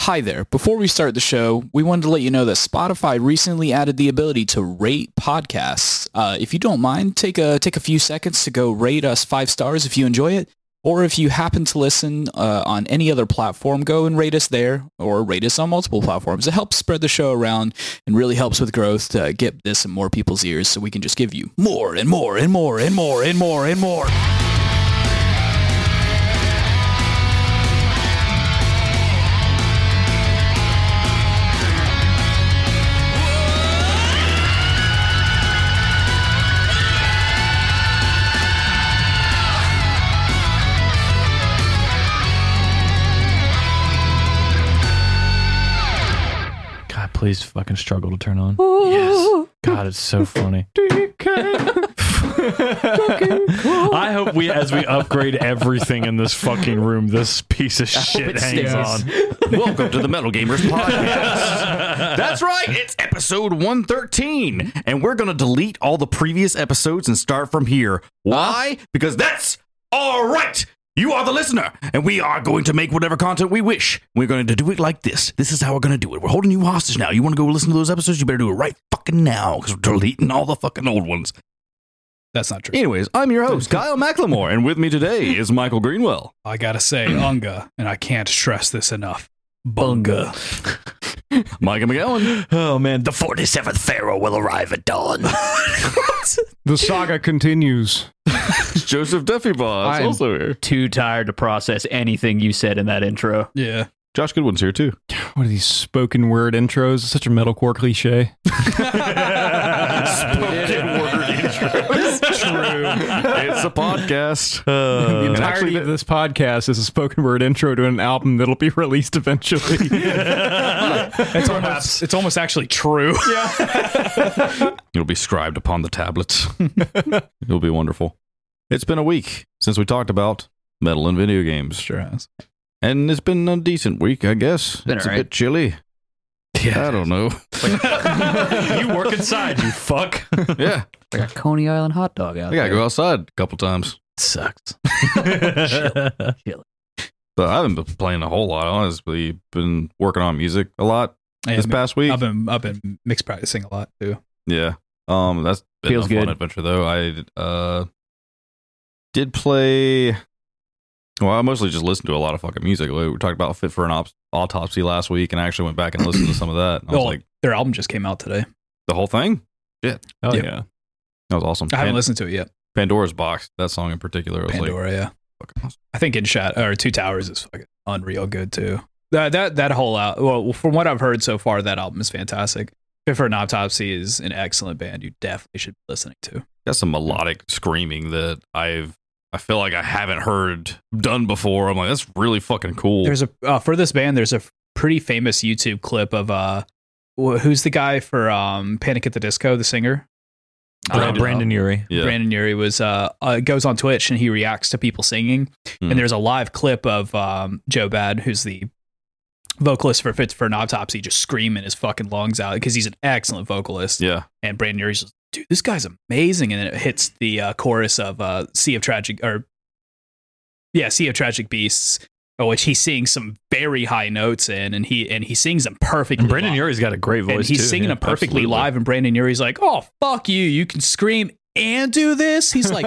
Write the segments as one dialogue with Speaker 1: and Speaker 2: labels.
Speaker 1: Hi there. Before we start the show, we wanted to let you know that Spotify recently added the ability to rate podcasts. Uh, if you don't mind, take a take a few seconds to go rate us five stars if you enjoy it, or if you happen to listen uh, on any other platform, go and rate us there, or rate us on multiple platforms. It helps spread the show around and really helps with growth to get this in more people's ears, so we can just give you more and more and more and more and more and more.
Speaker 2: God, please fucking struggle to turn on.
Speaker 3: Yes.
Speaker 2: God, it's so funny. I hope we, as we upgrade everything in this fucking room, this piece of shit hangs on.
Speaker 3: Welcome to the Metal Gamers Podcast. That's right, it's episode 113, and we're going to delete all the previous episodes and start from here. Why? Because that's all right. You are the listener, and we are going to make whatever content we wish. We're going to do it like this. This is how we're going to do it. We're holding you hostage now. You want to go listen to those episodes? You better do it right fucking now because we're deleting all the fucking old ones.
Speaker 4: That's not true.
Speaker 3: Anyways, I'm your host, Kyle McLemore, and with me today is Michael Greenwell.
Speaker 4: I gotta say, Unga, and I can't stress this enough. Bunga.
Speaker 3: Micah McGowan.
Speaker 2: Oh man,
Speaker 3: The 47th Pharaoh will arrive at dawn.
Speaker 5: The saga continues.
Speaker 3: Joseph Duffy Boss
Speaker 5: I'm-
Speaker 3: also here.
Speaker 6: too tired to process anything you said in that intro.
Speaker 4: Yeah.
Speaker 3: Josh Goodwin's here too.
Speaker 5: What are these spoken word intros? It's such a metalcore cliche.
Speaker 3: It's a podcast.
Speaker 5: the entirety
Speaker 3: actually,
Speaker 5: of this podcast is a spoken word intro to an album that'll be released eventually.
Speaker 4: It's almost, it's almost actually true.
Speaker 3: It'll be scribed upon the tablets. It'll be wonderful. It's been a week since we talked about metal and video games,
Speaker 4: Sure has.
Speaker 3: and it's been a decent week, I guess.
Speaker 6: Been
Speaker 3: it's a
Speaker 6: alright.
Speaker 3: bit chilly. I don't know.
Speaker 2: you work inside, you fuck.
Speaker 3: yeah,
Speaker 6: Like a Coney Island hot dog out
Speaker 3: I gotta go outside a couple times.
Speaker 6: Sucks.
Speaker 3: But I haven't been playing a whole lot. Honestly, been working on music a lot this past week.
Speaker 4: I've been I've been mix practicing a lot too.
Speaker 3: Yeah. Um, that's been
Speaker 6: Feels
Speaker 3: a fun
Speaker 6: good.
Speaker 3: adventure though. I uh did play. Well, I mostly just listened to a lot of fucking music. We we talked about Fit for an Op- Autopsy last week, and I actually went back and listened to some of that. And I was
Speaker 4: Oh.
Speaker 3: like,
Speaker 4: Their album just came out today.
Speaker 3: the whole thing.
Speaker 5: oh
Speaker 4: Yeah.
Speaker 5: yeah.
Speaker 3: That was awesome.
Speaker 4: I haven't
Speaker 3: Pan-
Speaker 4: listened to it yet.
Speaker 3: Pandora's Box. That song in particular was like
Speaker 4: Pandora, yeah.
Speaker 3: fucking awesome.
Speaker 4: I think in shot or Two Towers is fucking unreal good too. That that that whole out. Well, from what I've heard so far, that album is fantastic. Fit for an Autopsy is an excellent band. You definitely should be listening to.
Speaker 3: Got some melodic screaming that I've. I feel like I haven't heard done before. I'm like, that's really fucking cool.
Speaker 4: There's a uh, for this band. There's a pretty famous YouTube clip of uh, wh- who's the guy for um Panic at the Disco, the singer Uh,
Speaker 2: Brandon, Brandon Urie.
Speaker 3: yeah.
Speaker 4: Brandon Urie was uh, uh goes on Twitch and he reacts to people singing.
Speaker 3: Hmm.
Speaker 4: And there's a live clip of um Joe Bad, who's the vocalist for Fit for an Autopsy, just screaming his fucking lungs out because he's an excellent vocalist.
Speaker 3: yeah.
Speaker 4: and Brandon Urie's just, dude, this guy's amazing. And then it hits the uh, chorus of uh, Sea of Tragic, or yeah, Sea of Tragic Beasts, uh, which he sings some very high notes in, and he and he sings them perfectly.
Speaker 2: And Brandon
Speaker 4: live.
Speaker 2: Urie's got a great voice.
Speaker 4: and he's
Speaker 2: too,
Speaker 4: singing
Speaker 2: yeah.
Speaker 4: them perfectly
Speaker 3: absolutely.
Speaker 4: live, and Brandon Urie's like, oh fuck you, you can scream and do this. He's like,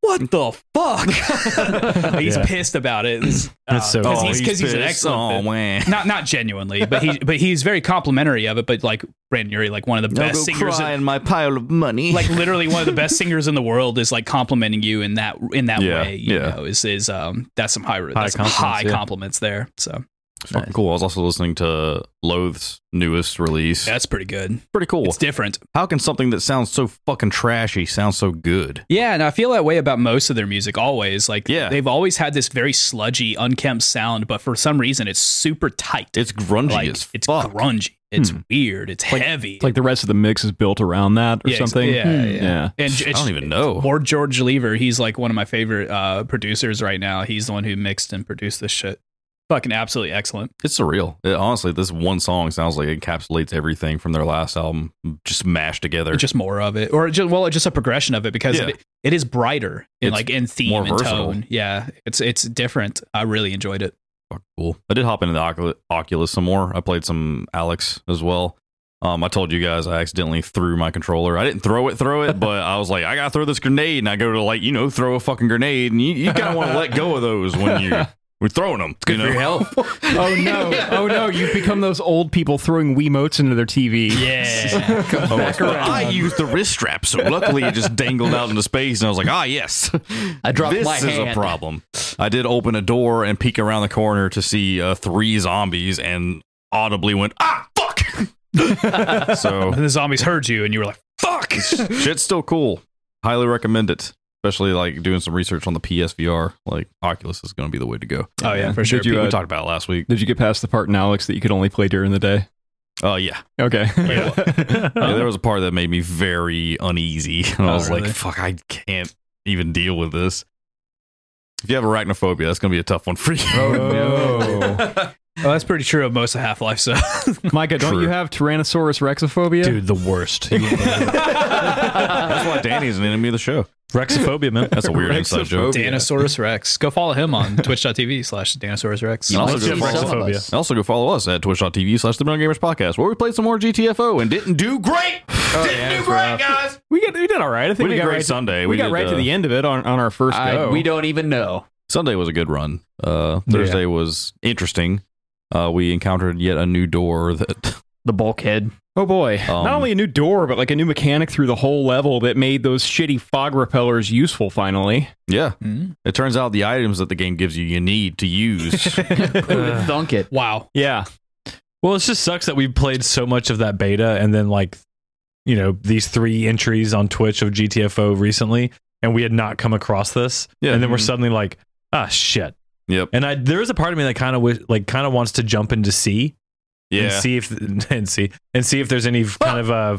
Speaker 4: what the fuck? he's
Speaker 2: Yeah.
Speaker 4: pissed about it. It's,
Speaker 2: That's so
Speaker 4: because
Speaker 2: cool.
Speaker 4: he's, 'cause he's an
Speaker 3: pissed.
Speaker 4: excellent.
Speaker 3: Oh, man.
Speaker 4: not not genuinely, but he but he's very complimentary of it. But like Brandon Urie, like one of the
Speaker 3: Now
Speaker 4: best singers in,
Speaker 3: in my pile of money.
Speaker 4: like literally one of the best singers in the world is like complimenting you in that in that
Speaker 3: Yeah,
Speaker 4: way you
Speaker 3: yeah.
Speaker 4: know is is um that's some high,
Speaker 2: High
Speaker 4: that's some high
Speaker 2: compliments, yeah.
Speaker 4: compliments there so
Speaker 3: It's fucking cool. I was also listening to Loath's newest release.
Speaker 4: that's pretty good
Speaker 3: pretty cool.
Speaker 4: it's different
Speaker 3: How can something that sounds so fucking trashy sound so good?
Speaker 4: yeah and i feel that way about most of their music always like
Speaker 3: Yeah.
Speaker 4: they've always had this very sludgy unkempt sound but for some reason it's super tight
Speaker 3: It's grungy
Speaker 4: like
Speaker 3: as
Speaker 4: it's
Speaker 3: fuck. Hmm.
Speaker 4: grungy it's weird it's heavy
Speaker 5: It's like the rest of the mix is built around that or
Speaker 4: Yeah, ex-
Speaker 5: something. Hmm.
Speaker 4: yeah, yeah.
Speaker 5: yeah.
Speaker 4: and
Speaker 3: I don't even know.
Speaker 4: or george lever he's like one of my favorite uh producers right now he's the one who mixed and produced this shit fucking absolutely excellent
Speaker 3: It's surreal. It- honestly, this one song sounds like it encapsulates everything from their last album, just mashed together.
Speaker 4: just more of it or just well just a progression of it because
Speaker 3: Yeah.
Speaker 4: it, it is brighter in
Speaker 3: It's
Speaker 4: like in theme
Speaker 3: more
Speaker 4: and
Speaker 3: versatile.
Speaker 4: tone yeah it's it's different i really enjoyed it
Speaker 3: fucking cool. I did hop into the Ocul- Oculus some more. I played some Alex as well. Um, I told you guys I accidentally threw my controller. I didn't throw it, throw it, but I was like, I gotta throw this grenade, and I go to like, you know, throw a fucking grenade, and you, you kind of want to let go of those when you we're throwing them. It's good you know?
Speaker 7: for your health.
Speaker 5: Oh no! Oh no! You've become those old people throwing Wiimotes into their TV.
Speaker 4: Yeah.
Speaker 3: Oh, well, I used the wrist strap, so luckily it just dangled out into space, and I was like, ah, yes.
Speaker 7: I dropped
Speaker 3: this
Speaker 7: my
Speaker 3: is
Speaker 7: hand.
Speaker 3: a problem. I did open a door and peek around the corner to see uh, three zombies, and audibly went, ah, fuck. so
Speaker 4: and the zombies heard you, and you were like, "Fuck!"
Speaker 3: shit's still cool. Highly recommend it. Especially like doing some research on the PSVR. Like Oculus is going to be the way to go.
Speaker 4: Oh yeah, for sure.
Speaker 5: Did you,
Speaker 3: we
Speaker 5: uh,
Speaker 3: talked about it last week.
Speaker 5: Did you get past the part in Alex that you could only play during the day?
Speaker 3: Oh yeah.
Speaker 5: Okay.
Speaker 3: Yeah, there was a part that made me very uneasy, and I
Speaker 4: Oh,
Speaker 3: was
Speaker 4: really?
Speaker 3: like, "Fuck, I can't even deal with this." If you have arachnophobia, that's gonna be a tough one for you.
Speaker 5: oh.
Speaker 4: Oh, that's pretty true of most of Half Life. So,
Speaker 3: Oh,
Speaker 5: Micah, don't
Speaker 3: True.
Speaker 5: you have Tyrannosaurus rexophobia?
Speaker 2: Dude, the worst.
Speaker 3: that's why Danny's an enemy of the show.
Speaker 2: Rexophobia, man.
Speaker 3: That's a weird inside joke.
Speaker 5: Rexophobia.
Speaker 4: Danosaurus Rex. Go follow him on Twitch.tv slash Danosaurus Rex.
Speaker 7: You
Speaker 3: And
Speaker 7: might
Speaker 3: also
Speaker 7: see
Speaker 3: just
Speaker 7: some of
Speaker 2: Phobia.
Speaker 7: us.
Speaker 3: And also, go follow us at twitch.tv slash the Brown Gamers Podcast, where we played some more GTFO and didn't do great.
Speaker 5: Oh,
Speaker 3: didn't do great, guys.
Speaker 5: We, get, we did all right. I
Speaker 3: We,
Speaker 5: think we,
Speaker 3: did
Speaker 5: got
Speaker 3: great
Speaker 5: right to-
Speaker 3: Sunday.
Speaker 5: we, got
Speaker 3: did,
Speaker 5: right to
Speaker 3: uh,
Speaker 5: the end of it on, on our first
Speaker 7: I,
Speaker 5: go.
Speaker 7: we don't even know.
Speaker 3: Sunday was a good run. Uh, Thursday was interesting. Uh, we encountered yet a new door that
Speaker 6: The bulkhead.
Speaker 5: oh boy!
Speaker 3: Um,
Speaker 5: Not only a new door, but like a new mechanic through the whole level that made those shitty fog repellers useful. Finally,
Speaker 3: Yeah.
Speaker 2: Hmm?
Speaker 4: Mm.
Speaker 3: It turns out the items that the game gives you, you need to use.
Speaker 6: Who would thunk it?
Speaker 4: Wow.
Speaker 5: yeah.
Speaker 2: Well, it just sucks that we played so much of that beta and then like you know, these three entries on Twitch of GTFO recently and we had not come across this.
Speaker 3: Yeah. Mm-hmm.
Speaker 2: And then we're suddenly like, ah shit.
Speaker 3: yep.
Speaker 2: And I there is a part of me that kind of wish like kind of wants to jump into C
Speaker 3: Yeah.
Speaker 2: and see if and see and see if there's any kind of uh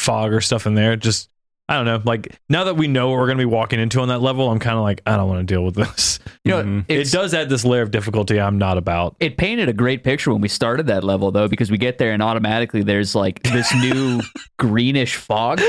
Speaker 2: fog or stuff in there. Just I don't know. Like now that we know what we're going to be walking into on that level, I'm kind of like I don't want to deal with this.
Speaker 6: You know,
Speaker 5: Mhm.
Speaker 6: it's-
Speaker 2: it does add this layer of difficulty I'm not about.
Speaker 6: it painted a great picture when we started that level though because we get there and automatically there's like this new greenish fog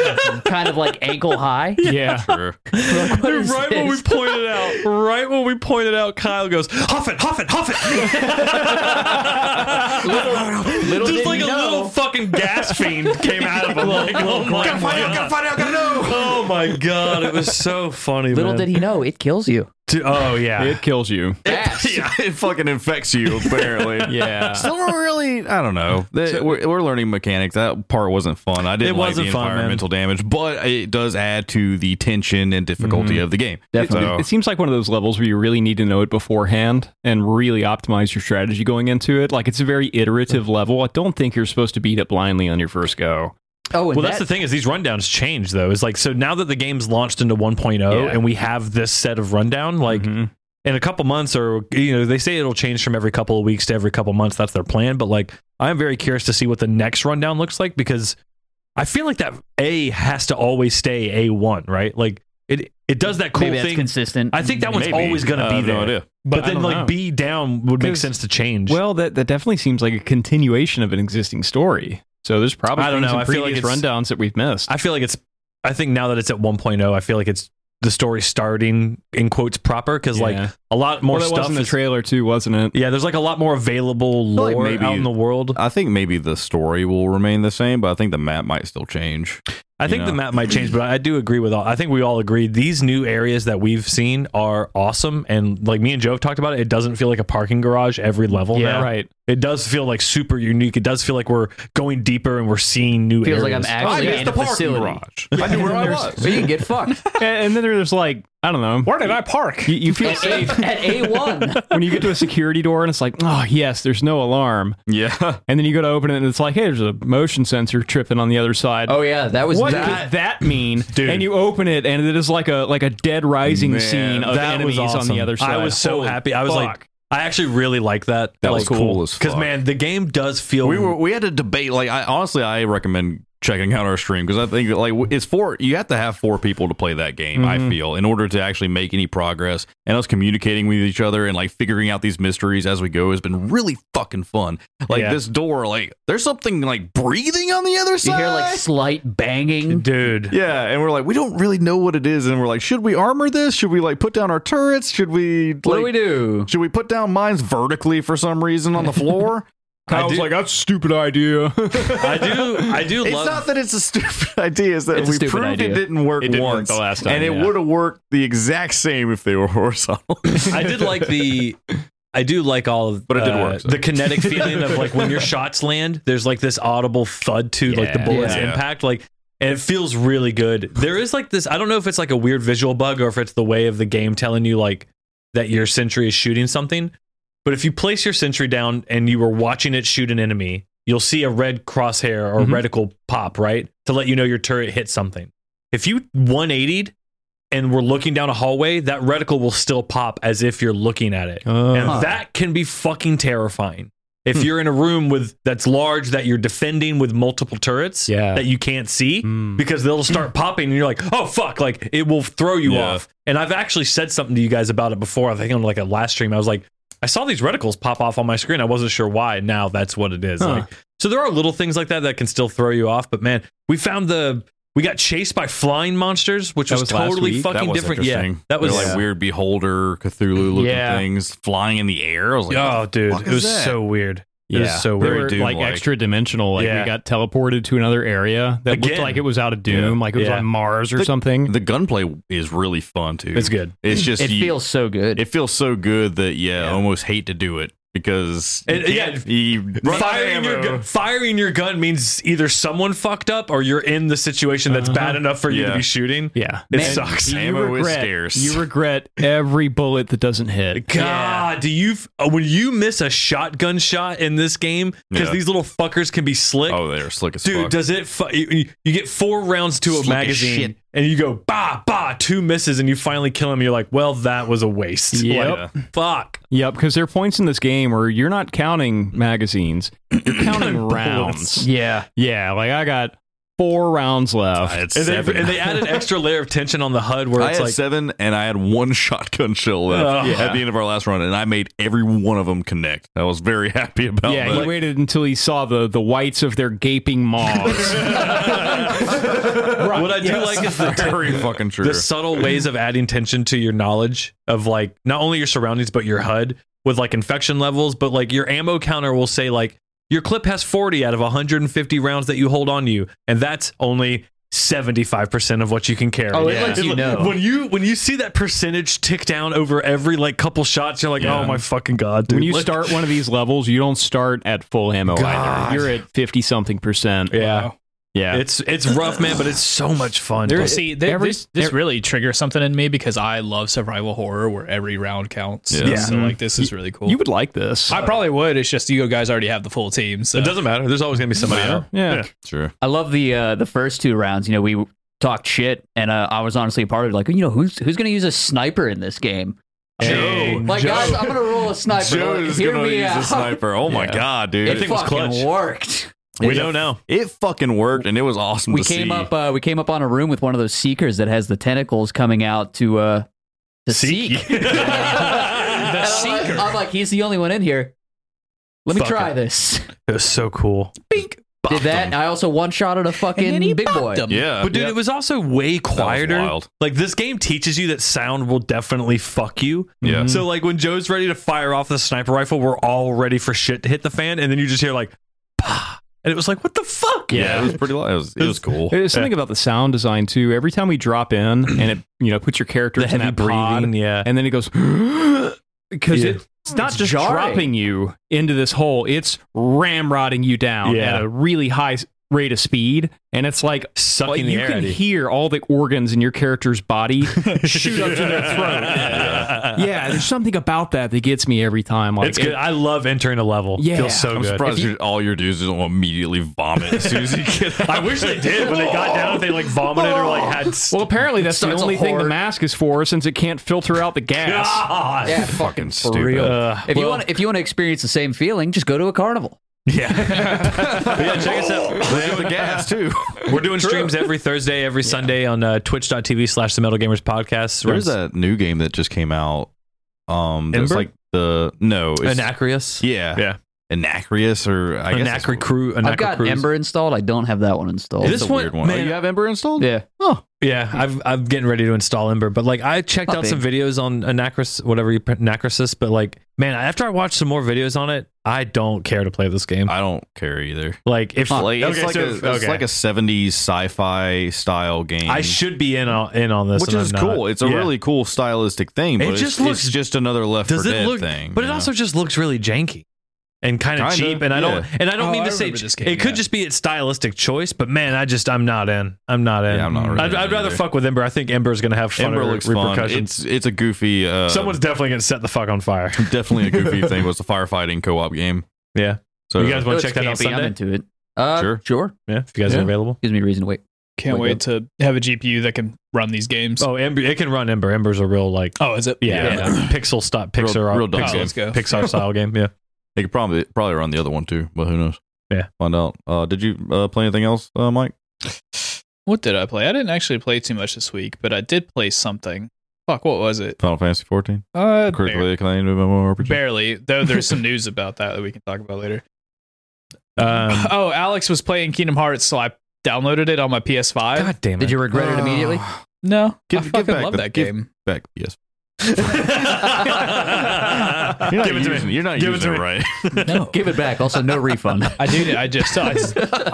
Speaker 6: kind of like ankle high
Speaker 5: Yeah.
Speaker 3: Sure.
Speaker 6: We're like, what
Speaker 2: Dude,
Speaker 6: is
Speaker 2: right when we
Speaker 6: this?
Speaker 2: pointed out, right when we pointed out, Kyle goes, "Huff it, huff it, huff it."
Speaker 6: little, little
Speaker 2: Just
Speaker 6: did
Speaker 2: like
Speaker 6: you
Speaker 2: a
Speaker 6: know.
Speaker 2: little fucking gas fiend came out of him. Like, oh my
Speaker 3: Gotta find out,
Speaker 2: god!
Speaker 3: gotta find out, gotta know.
Speaker 2: Oh my god! It was so funny.
Speaker 6: little
Speaker 2: man.
Speaker 6: did he know it kills you
Speaker 2: Dude, oh yeah.
Speaker 5: it kills you.
Speaker 3: yeah, it fucking infects you, apparently.
Speaker 5: Yeah.
Speaker 3: So we're really, I don't know. They- we're, we're learning mechanics. That part wasn't fun. I didn't
Speaker 2: It
Speaker 3: like the
Speaker 2: wasn't fun, man.
Speaker 3: environmental damage, but it does add to the tension and difficulty
Speaker 2: Mm-hmm.
Speaker 3: of the game.
Speaker 6: Definitely.
Speaker 3: So-
Speaker 5: It seems like one of those levels where you really need to know it beforehand and really optimize your strategy going into it. Like it's a very iterative level. I don't think you're supposed to beat it blindly on your first go.
Speaker 6: oh and
Speaker 2: Well, that's the
Speaker 6: that-
Speaker 2: thing is these rundowns change though. It's like so now that the game's launched into 1.0
Speaker 5: Yeah.
Speaker 2: and we have this set of rundown, like
Speaker 5: Mm-hmm.
Speaker 2: in a couple months or you know they say it'll change from every couple of weeks to every couple of months. That's their plan. But like I'm very curious to see what the next rundown looks like because I feel like that A has to always stay A one, right? Like it it does that cool
Speaker 6: maybe that's
Speaker 2: thing.
Speaker 6: consistent
Speaker 2: I think that one's
Speaker 3: Maybe.
Speaker 2: always going to
Speaker 3: I
Speaker 2: be
Speaker 3: have no
Speaker 2: there.
Speaker 3: idea.
Speaker 2: But,
Speaker 5: I
Speaker 2: then
Speaker 5: don't
Speaker 2: like
Speaker 5: know.
Speaker 2: B down would make
Speaker 5: 'Cause-
Speaker 2: sense to change.
Speaker 5: Well, that that definitely seems like a continuation of an existing story. So there's probably
Speaker 2: I don't
Speaker 5: things
Speaker 2: know.
Speaker 5: in
Speaker 2: I feel like
Speaker 5: previous
Speaker 2: it's-
Speaker 5: rundowns that we've missed.
Speaker 2: I feel like it's. I think now that it's at 1.0, I feel like it's the story starting in quotes proper because
Speaker 5: Yeah.
Speaker 2: like a lot more
Speaker 5: well, that
Speaker 2: stuff.
Speaker 5: was in the
Speaker 2: is-
Speaker 5: trailer too, wasn't it?
Speaker 2: yeah, there's like a lot more available
Speaker 3: feel
Speaker 2: lore
Speaker 3: like maybe-
Speaker 2: out in the world.
Speaker 3: I think maybe the story will remain the same, but I think the map might still change.
Speaker 2: I
Speaker 3: you
Speaker 2: think the
Speaker 3: know.
Speaker 2: map might change, but I do agree with all. I think we all agree these new areas that we've seen are awesome, and like me and Joe have talked about it, it doesn't feel like a parking garage every level.
Speaker 6: Yeah.
Speaker 2: now.
Speaker 5: Right.
Speaker 2: It does feel like super unique. It does feel like we're going deeper and we're seeing new.
Speaker 6: feels like
Speaker 2: areas.
Speaker 6: i'm actually in a facility
Speaker 3: I knew where I
Speaker 6: so
Speaker 3: was.
Speaker 6: you can get fucked
Speaker 5: And, and then there's like I don't know.
Speaker 4: Where did I park?
Speaker 5: You, you feel
Speaker 6: at,
Speaker 5: safe
Speaker 6: a, at a1
Speaker 5: when you get to a security door and it's like, oh yes, there's no alarm.
Speaker 3: Yeah.
Speaker 5: And then you go to open it and it's like, hey, there's a motion sensor tripping on the other side.
Speaker 6: oh yeah that was
Speaker 5: what
Speaker 6: that,
Speaker 5: could that mean?
Speaker 2: Dude.
Speaker 5: And you open it, and it is like a like a Dead Rising
Speaker 3: Man,
Speaker 5: scene of
Speaker 2: that
Speaker 5: enemies
Speaker 2: was awesome.
Speaker 5: on the other side.
Speaker 2: I was so
Speaker 5: Holy
Speaker 2: happy. I was
Speaker 5: fuck.
Speaker 2: like, I actually really like that.
Speaker 3: That
Speaker 2: like,
Speaker 3: was cool as fuck.
Speaker 2: Because man, the game does feel.
Speaker 3: We were we had a debate. Like I honestly, I recommend checking out our stream because I think that, like w- it's four. You have to have four people to play that game.
Speaker 5: Mm-hmm.
Speaker 3: I feel in order to actually make any progress, and us communicating with each other and like figuring out these mysteries as we go has been really fucking fun. Like
Speaker 2: Yeah.
Speaker 3: this door, like there's something like breathing on the other
Speaker 6: You
Speaker 3: side.
Speaker 6: hear like slight banging.
Speaker 2: dude.
Speaker 3: yeah, and we're like, we don't really know what it is, and we're like, should we armor this? Should we like put down our turrets? Should we?
Speaker 6: What do
Speaker 3: like,
Speaker 6: we do?
Speaker 3: Should we put down mines vertically for some reason on the floor?
Speaker 5: I was like, that's a stupid idea.
Speaker 2: I do. I do
Speaker 3: It's
Speaker 2: love.
Speaker 3: not that it's a stupid idea. It's that
Speaker 6: It's a
Speaker 3: we
Speaker 6: stupid
Speaker 3: proved it
Speaker 6: idea.
Speaker 3: didn't work
Speaker 5: It didn't work
Speaker 3: once
Speaker 5: the last time,
Speaker 3: and it
Speaker 5: yeah.
Speaker 3: would have worked the exact same if they were horizontal.
Speaker 2: I did like the. I do like all of, uh,
Speaker 3: But it did work, so.
Speaker 2: The kinetic feeling of like when your shots land, there's like this audible thud to like the
Speaker 5: Yeah.
Speaker 2: bullets
Speaker 3: Yeah.
Speaker 2: impact, like, and it feels really good. There is like this. I don't know if it's like a weird visual bug or if it's the way of the game telling you like that your sentry is shooting something. But if you place your sentry down and you were watching it shoot an enemy, you'll see a red crosshair or
Speaker 5: Mhm.
Speaker 2: reticle pop right to let you know your turret hit something. If you 180'd and we're looking down a hallway, that reticle will still pop as if you're looking at it. and that can be fucking terrifying. If you're in a room with that's large that you're defending with multiple turrets
Speaker 5: Yeah.
Speaker 2: that you can't see
Speaker 5: Hmm.
Speaker 2: because they'll start popping and you're like, "Oh fuck, like it will throw you
Speaker 3: Yeah.
Speaker 2: off." And I've actually said something to you guys about it before. I think on like a last stream I was like, "I saw these reticles pop off on my screen. I wasn't sure why. Now that's what it is."
Speaker 5: Huh.
Speaker 2: Like so there are little things like that that can still throw you off, but man, we found the we got chased by flying monsters, which
Speaker 5: That
Speaker 2: was,
Speaker 5: was last
Speaker 2: totally
Speaker 5: week.
Speaker 2: fucking different. Yeah. That was
Speaker 3: They're like weird beholder Cthulhu looking
Speaker 2: Yeah.
Speaker 3: things flying in the air. I was like,
Speaker 2: Oh, dude,
Speaker 3: fuck
Speaker 2: it
Speaker 3: is
Speaker 2: was
Speaker 3: that?
Speaker 2: so weird. It
Speaker 5: Yeah.
Speaker 2: was so
Speaker 3: They
Speaker 2: weird.
Speaker 5: we were
Speaker 3: Doom-like.
Speaker 5: like extra dimensional. Like
Speaker 2: Yeah.
Speaker 5: we got teleported to another area that
Speaker 2: Again.
Speaker 5: looked like it was out of Doom, like it was
Speaker 2: Yeah.
Speaker 5: on Mars or
Speaker 3: The-
Speaker 5: something.
Speaker 3: the gunplay is really fun too.
Speaker 2: It's good.
Speaker 3: It's just
Speaker 6: It
Speaker 3: you-
Speaker 6: feels so good.
Speaker 3: it feels so good that yeah, I almost hate to do it because you
Speaker 2: And- yeah,
Speaker 3: can't- you run out of
Speaker 2: Firing your,
Speaker 3: ammo.
Speaker 2: gun, firing your gun means either someone fucked up or you're in the situation that's bad enough for you
Speaker 3: Uh-huh. Yeah.
Speaker 2: to be shooting.
Speaker 5: yeah.
Speaker 2: It
Speaker 6: Man,
Speaker 2: sucks.
Speaker 3: you- Ammo is scarce.
Speaker 5: You regret every bullet that doesn't hit.
Speaker 2: God, do you f- uh, when you miss a shotgun shot in this game because
Speaker 3: Yeah.
Speaker 2: these little fuckers can be slick,
Speaker 3: Oh, they're slick as
Speaker 2: dude?
Speaker 3: fuck.
Speaker 2: Does it? Fu- you, you- you get four rounds to a
Speaker 3: Slick as shit.
Speaker 2: magazine and you go bah bah, two misses, and you finally kill him. You're like, well, that was a waste.
Speaker 5: Yep.
Speaker 2: Like, fuck.
Speaker 5: Yep, because there are points in this game where you're not counting magazines, you're counting rounds.
Speaker 6: yeah.
Speaker 5: Yeah, like I got four rounds left.
Speaker 3: I had
Speaker 2: And they,
Speaker 3: seven.
Speaker 2: and they add an extra layer of tension on the HUD where
Speaker 3: I
Speaker 2: it's
Speaker 3: had
Speaker 2: like
Speaker 3: seven, and I had one shotgun shell left
Speaker 2: Ugh.
Speaker 3: at the end of our last run, and I made every one of them connect. I was very happy about
Speaker 5: yeah,
Speaker 3: that.
Speaker 5: he waited until he saw the, the whites of their gaping maws.
Speaker 2: what I do like is the
Speaker 3: very fucking true.
Speaker 2: the subtle ways of adding tension to your knowledge of like not only your surroundings but your HUD with like infection levels, but like your ammo counter will say like your clip has 40 out of 150 rounds that you hold on you, and that's only 75% of what you can carry.
Speaker 6: Oh, it lets you
Speaker 2: like-
Speaker 6: know.
Speaker 2: When you when you see that percentage tick down over every like couple shots, you're like,
Speaker 5: Yeah.
Speaker 2: oh my fucking god, dude.
Speaker 5: when you
Speaker 2: Like-
Speaker 5: start one of these levels, you don't start at full ammo
Speaker 2: God.
Speaker 5: either. You're at fifty something percent.
Speaker 2: Yeah.
Speaker 5: Yeah.
Speaker 2: It's it's rough, man, but it's so much fun.
Speaker 4: Well,
Speaker 2: Like,
Speaker 4: see, th-
Speaker 5: every-
Speaker 4: this, this really triggers something in me because I love survival horror where every round counts.
Speaker 3: Yeah. Yeah.
Speaker 4: So like this is really cool.
Speaker 5: You would like this.
Speaker 4: I probably would. It's just you guys already have the full team. So
Speaker 2: it doesn't matter. There's always gonna be somebody out.
Speaker 5: yeah.
Speaker 3: Sure.
Speaker 6: I love the uh, the first two rounds. You know, we talked shit, and uh, I was honestly a part of it. Like, you know, who's who's going to use a sniper in this game?
Speaker 2: Hey,
Speaker 6: Like, guys, I'm going to roll a sniper.
Speaker 3: Joe is
Speaker 6: Hear
Speaker 3: gonna
Speaker 6: me
Speaker 3: use
Speaker 6: out.
Speaker 3: a sniper. Oh my god, dude!
Speaker 6: It
Speaker 2: That thing was
Speaker 6: fucking
Speaker 2: clutch.
Speaker 6: worked.
Speaker 2: We don't know.
Speaker 3: It fucking worked, and it was awesome.
Speaker 6: We
Speaker 3: to
Speaker 6: came
Speaker 3: see.
Speaker 6: up uh, we came up on a room with one of those seekers that has the tentacles coming out to uh to seek. And I'm like-
Speaker 4: seeker.
Speaker 6: I'm like, he's the only one in here. Let me
Speaker 2: Fuck
Speaker 6: try
Speaker 2: it.
Speaker 6: this.
Speaker 2: It was so cool.
Speaker 6: Did that? and I also one shot at a
Speaker 4: And then he
Speaker 6: fucking big
Speaker 4: bopped
Speaker 6: boy.
Speaker 4: him.
Speaker 3: Yeah,
Speaker 2: But dude, it Uh, was also way quieter.
Speaker 3: wild.
Speaker 2: Like this game teaches you that sound will definitely fuck you.
Speaker 3: Yeah.
Speaker 2: So like when Joe's ready to fire off the sniper rifle, we're all ready for shit to hit the fan, and then you just hear like, "Pah," and it was like, what the fuck?
Speaker 3: yeah, it was pretty. li- It was, it was cool.
Speaker 5: There's something about the sound design too. Every time we drop in and it you know puts your character
Speaker 2: The
Speaker 5: in
Speaker 2: heavy
Speaker 5: that pod,
Speaker 2: breathing. Yeah.
Speaker 5: and then it goes because
Speaker 2: Yeah.
Speaker 5: it, it's not
Speaker 6: It's
Speaker 5: just
Speaker 6: jarring.
Speaker 5: dropping you into this hole; it's ramrodding you down
Speaker 2: Yeah.
Speaker 5: at a really high s- rate of speed, and it's like
Speaker 2: Sucking
Speaker 5: like,
Speaker 2: the
Speaker 5: you
Speaker 2: air
Speaker 5: can
Speaker 2: out of you.
Speaker 5: hear all the organs in your character's body shoot up to their throat.
Speaker 2: Yeah.
Speaker 5: Yeah, there's something about that that gets me every time. Like,
Speaker 2: It's good. I love entering a level.
Speaker 5: Yeah.
Speaker 2: Feels so
Speaker 5: I'm
Speaker 3: I'm
Speaker 2: good.
Speaker 3: surprised you, all your dudes don't immediately vomit as soon as you get out.
Speaker 2: I wish they did when they got down. If they like vomited or like had. s-
Speaker 5: Well, apparently that's the
Speaker 6: starts a
Speaker 5: only thing the
Speaker 6: horde.
Speaker 5: mask is for, since it can't filter out the gas.
Speaker 2: God.
Speaker 6: Yeah,
Speaker 3: Fucking
Speaker 6: for
Speaker 3: stupid.
Speaker 6: real.
Speaker 2: Uh,
Speaker 6: If you want, if you want to experience the same feeling, just go to a carnival.
Speaker 2: Yeah. But yeah, check us out.
Speaker 3: They have the gas too.
Speaker 2: We're doing streams every Thursday, every Sunday on uh, twitch.tv slash the Metal Gamers Podcast.
Speaker 3: There's a new game that just came out. Um, that's
Speaker 2: Ember?
Speaker 3: like the no, it's,
Speaker 2: Anacreus.
Speaker 3: yeah,
Speaker 2: Yeah.
Speaker 3: Anacrius or I guess that's-
Speaker 2: Anacre crew.
Speaker 6: I've got Ember installed. I don't have that one installed.
Speaker 2: This
Speaker 3: It's a
Speaker 2: one-
Speaker 3: weird one.
Speaker 2: man,
Speaker 3: oh, you have Ember installed?
Speaker 6: yeah. Oh,
Speaker 2: Yeah, I've, I'm getting ready to install Ember, but like I checked
Speaker 3: Oh,
Speaker 6: Not
Speaker 2: out some videos on Anacris, whatever you Anacresis, but like, man, after I watched some more videos on it, I don't care to play this game.
Speaker 3: I don't care either.
Speaker 2: Like, if
Speaker 3: Like, it's
Speaker 2: okay,
Speaker 3: like
Speaker 2: so-
Speaker 3: a it's
Speaker 2: okay.
Speaker 3: like a '70s sci-fi style game.
Speaker 2: I should be in on, in on this,
Speaker 3: which
Speaker 2: and
Speaker 3: is
Speaker 2: I'm not.
Speaker 3: cool. It's a
Speaker 2: Yeah.
Speaker 3: really cool stylistic thing. But it just looks just another Left
Speaker 2: does
Speaker 3: 4
Speaker 2: it
Speaker 3: Dead
Speaker 2: look,
Speaker 3: thing.
Speaker 2: but it
Speaker 3: you know?
Speaker 2: also just looks really janky and kind of
Speaker 3: Kinda,
Speaker 2: cheap. And I don't
Speaker 3: yeah.
Speaker 2: and I don't
Speaker 4: Oh,
Speaker 2: mean
Speaker 4: I
Speaker 2: to say
Speaker 4: remember this game,
Speaker 2: it could
Speaker 4: yeah.
Speaker 2: just be its stylistic choice, but man, I just I'm not in. I'm not in.
Speaker 3: Yeah, I'm not really
Speaker 2: I'd,
Speaker 3: in
Speaker 2: I'd rather
Speaker 3: either.
Speaker 2: fuck with Ember. I think Ember's gonna have fun.
Speaker 3: Ember looks fun.
Speaker 2: repercussions.
Speaker 3: It's it's a goofy. Uh,
Speaker 2: Someone's definitely gonna set the fuck on fire.
Speaker 3: definitely a goofy thing. Was the firefighting co-op game?
Speaker 2: Yeah.
Speaker 3: So
Speaker 2: you guys want
Speaker 6: it's
Speaker 2: to check that out
Speaker 6: campy. I'm
Speaker 2: Sunday?
Speaker 6: into it.
Speaker 3: Sure.
Speaker 6: Uh, sure. Sure.
Speaker 2: Yeah, if you guys are
Speaker 5: Yeah.
Speaker 2: available.
Speaker 6: Gives me a reason to wait.
Speaker 4: Can't
Speaker 6: Wake
Speaker 4: wait to have a GPU that can run these games.
Speaker 2: Oh, Ember, it can run Ember. Ember's a real like uh,
Speaker 4: Oh, is it?
Speaker 2: yeah, pixel stop
Speaker 3: Real-
Speaker 2: Pixar
Speaker 3: real dumb
Speaker 4: Oh,
Speaker 3: game.
Speaker 2: Pixar,
Speaker 4: let's go.
Speaker 2: Pixar style game. Yeah.
Speaker 3: They could probably probably run the other one too, but who knows?
Speaker 2: Yeah.
Speaker 3: find out. Uh, did you uh, play anything else, uh, Mike?
Speaker 4: What did I play? I didn't actually play too much this week, but I did play something. Fuck, what was it?
Speaker 3: Final Fantasy 14,
Speaker 4: Uh, barely,
Speaker 3: critically acclaimed MMORPG.
Speaker 4: barely. Though there's some news about that that we can talk about later.
Speaker 2: Um,
Speaker 4: oh, Alex was playing Kingdom Hearts, so I downloaded it on my PS5.
Speaker 2: God damn it.
Speaker 6: Did you regret
Speaker 2: Ah,
Speaker 6: it immediately?
Speaker 4: no,
Speaker 3: Give-
Speaker 4: I
Speaker 3: give
Speaker 4: fucking
Speaker 3: back
Speaker 4: love
Speaker 3: the-
Speaker 4: that
Speaker 3: give-
Speaker 4: game.
Speaker 3: Back, yes.
Speaker 2: Give
Speaker 3: You're not
Speaker 2: it to
Speaker 3: using,
Speaker 2: me.
Speaker 3: You're not
Speaker 2: Give it to
Speaker 3: using it
Speaker 2: me.
Speaker 3: right.
Speaker 6: No. Give it back. Also, no refund.
Speaker 4: I do. I just I,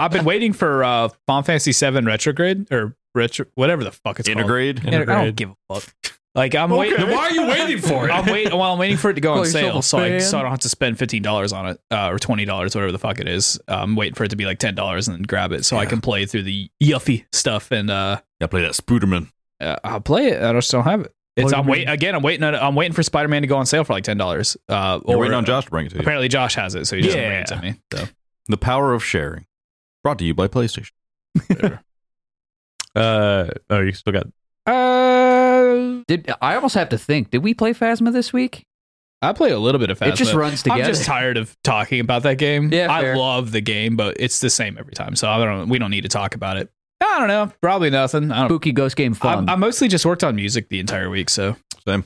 Speaker 4: have been waiting for uh, Final Fantasy VII Retrograde or retro whatever the fuck it's
Speaker 3: Integrate.
Speaker 4: called. Integrate. I don't give a fuck. Like I'm waiting.
Speaker 2: Then why are you waiting for it?
Speaker 4: I'm waiting. Well, I'm waiting for it to go
Speaker 6: Call
Speaker 4: on
Speaker 6: yourself
Speaker 4: sale,
Speaker 6: a
Speaker 4: so I,
Speaker 6: fan.
Speaker 4: so I don't have to spend fifteen dollars on it uh, or twenty dollars, whatever the fuck it is. I'm waiting for it to be like ten dollars and then grab it, so I can play through the yuffie stuff and uh,
Speaker 3: Yeah, play that Spooderman.
Speaker 4: uh, I'll play it. I just don't have it. It's
Speaker 2: Well,
Speaker 4: I'm
Speaker 2: you-
Speaker 4: wait again. I'm waiting. On, I'm waiting for Spider Man to go on sale for like ten dollars. Uh,
Speaker 3: You're
Speaker 4: or
Speaker 3: waiting on Josh to bring it to you.
Speaker 4: apparently Josh has it, so he just yeah. bring it to
Speaker 2: Yeah.
Speaker 4: me. So
Speaker 3: The power of sharing. Brought to you by PlayStation.
Speaker 2: Uh, oh, you still got.
Speaker 4: uh,
Speaker 6: Did I almost have to think? Did we play Phasma this week?
Speaker 4: I play a little bit of Phasma.
Speaker 6: It just runs together.
Speaker 4: I'm just tired of talking about that game.
Speaker 6: Yeah,
Speaker 4: I
Speaker 6: fair.
Speaker 4: love the game, but it's the same every time. So I don't. We don't need to talk about it. I don't know. Probably nothing. I don't.
Speaker 6: Spooky ghost game fun.
Speaker 4: I, I mostly just worked on music the entire week, so
Speaker 3: Good stuff,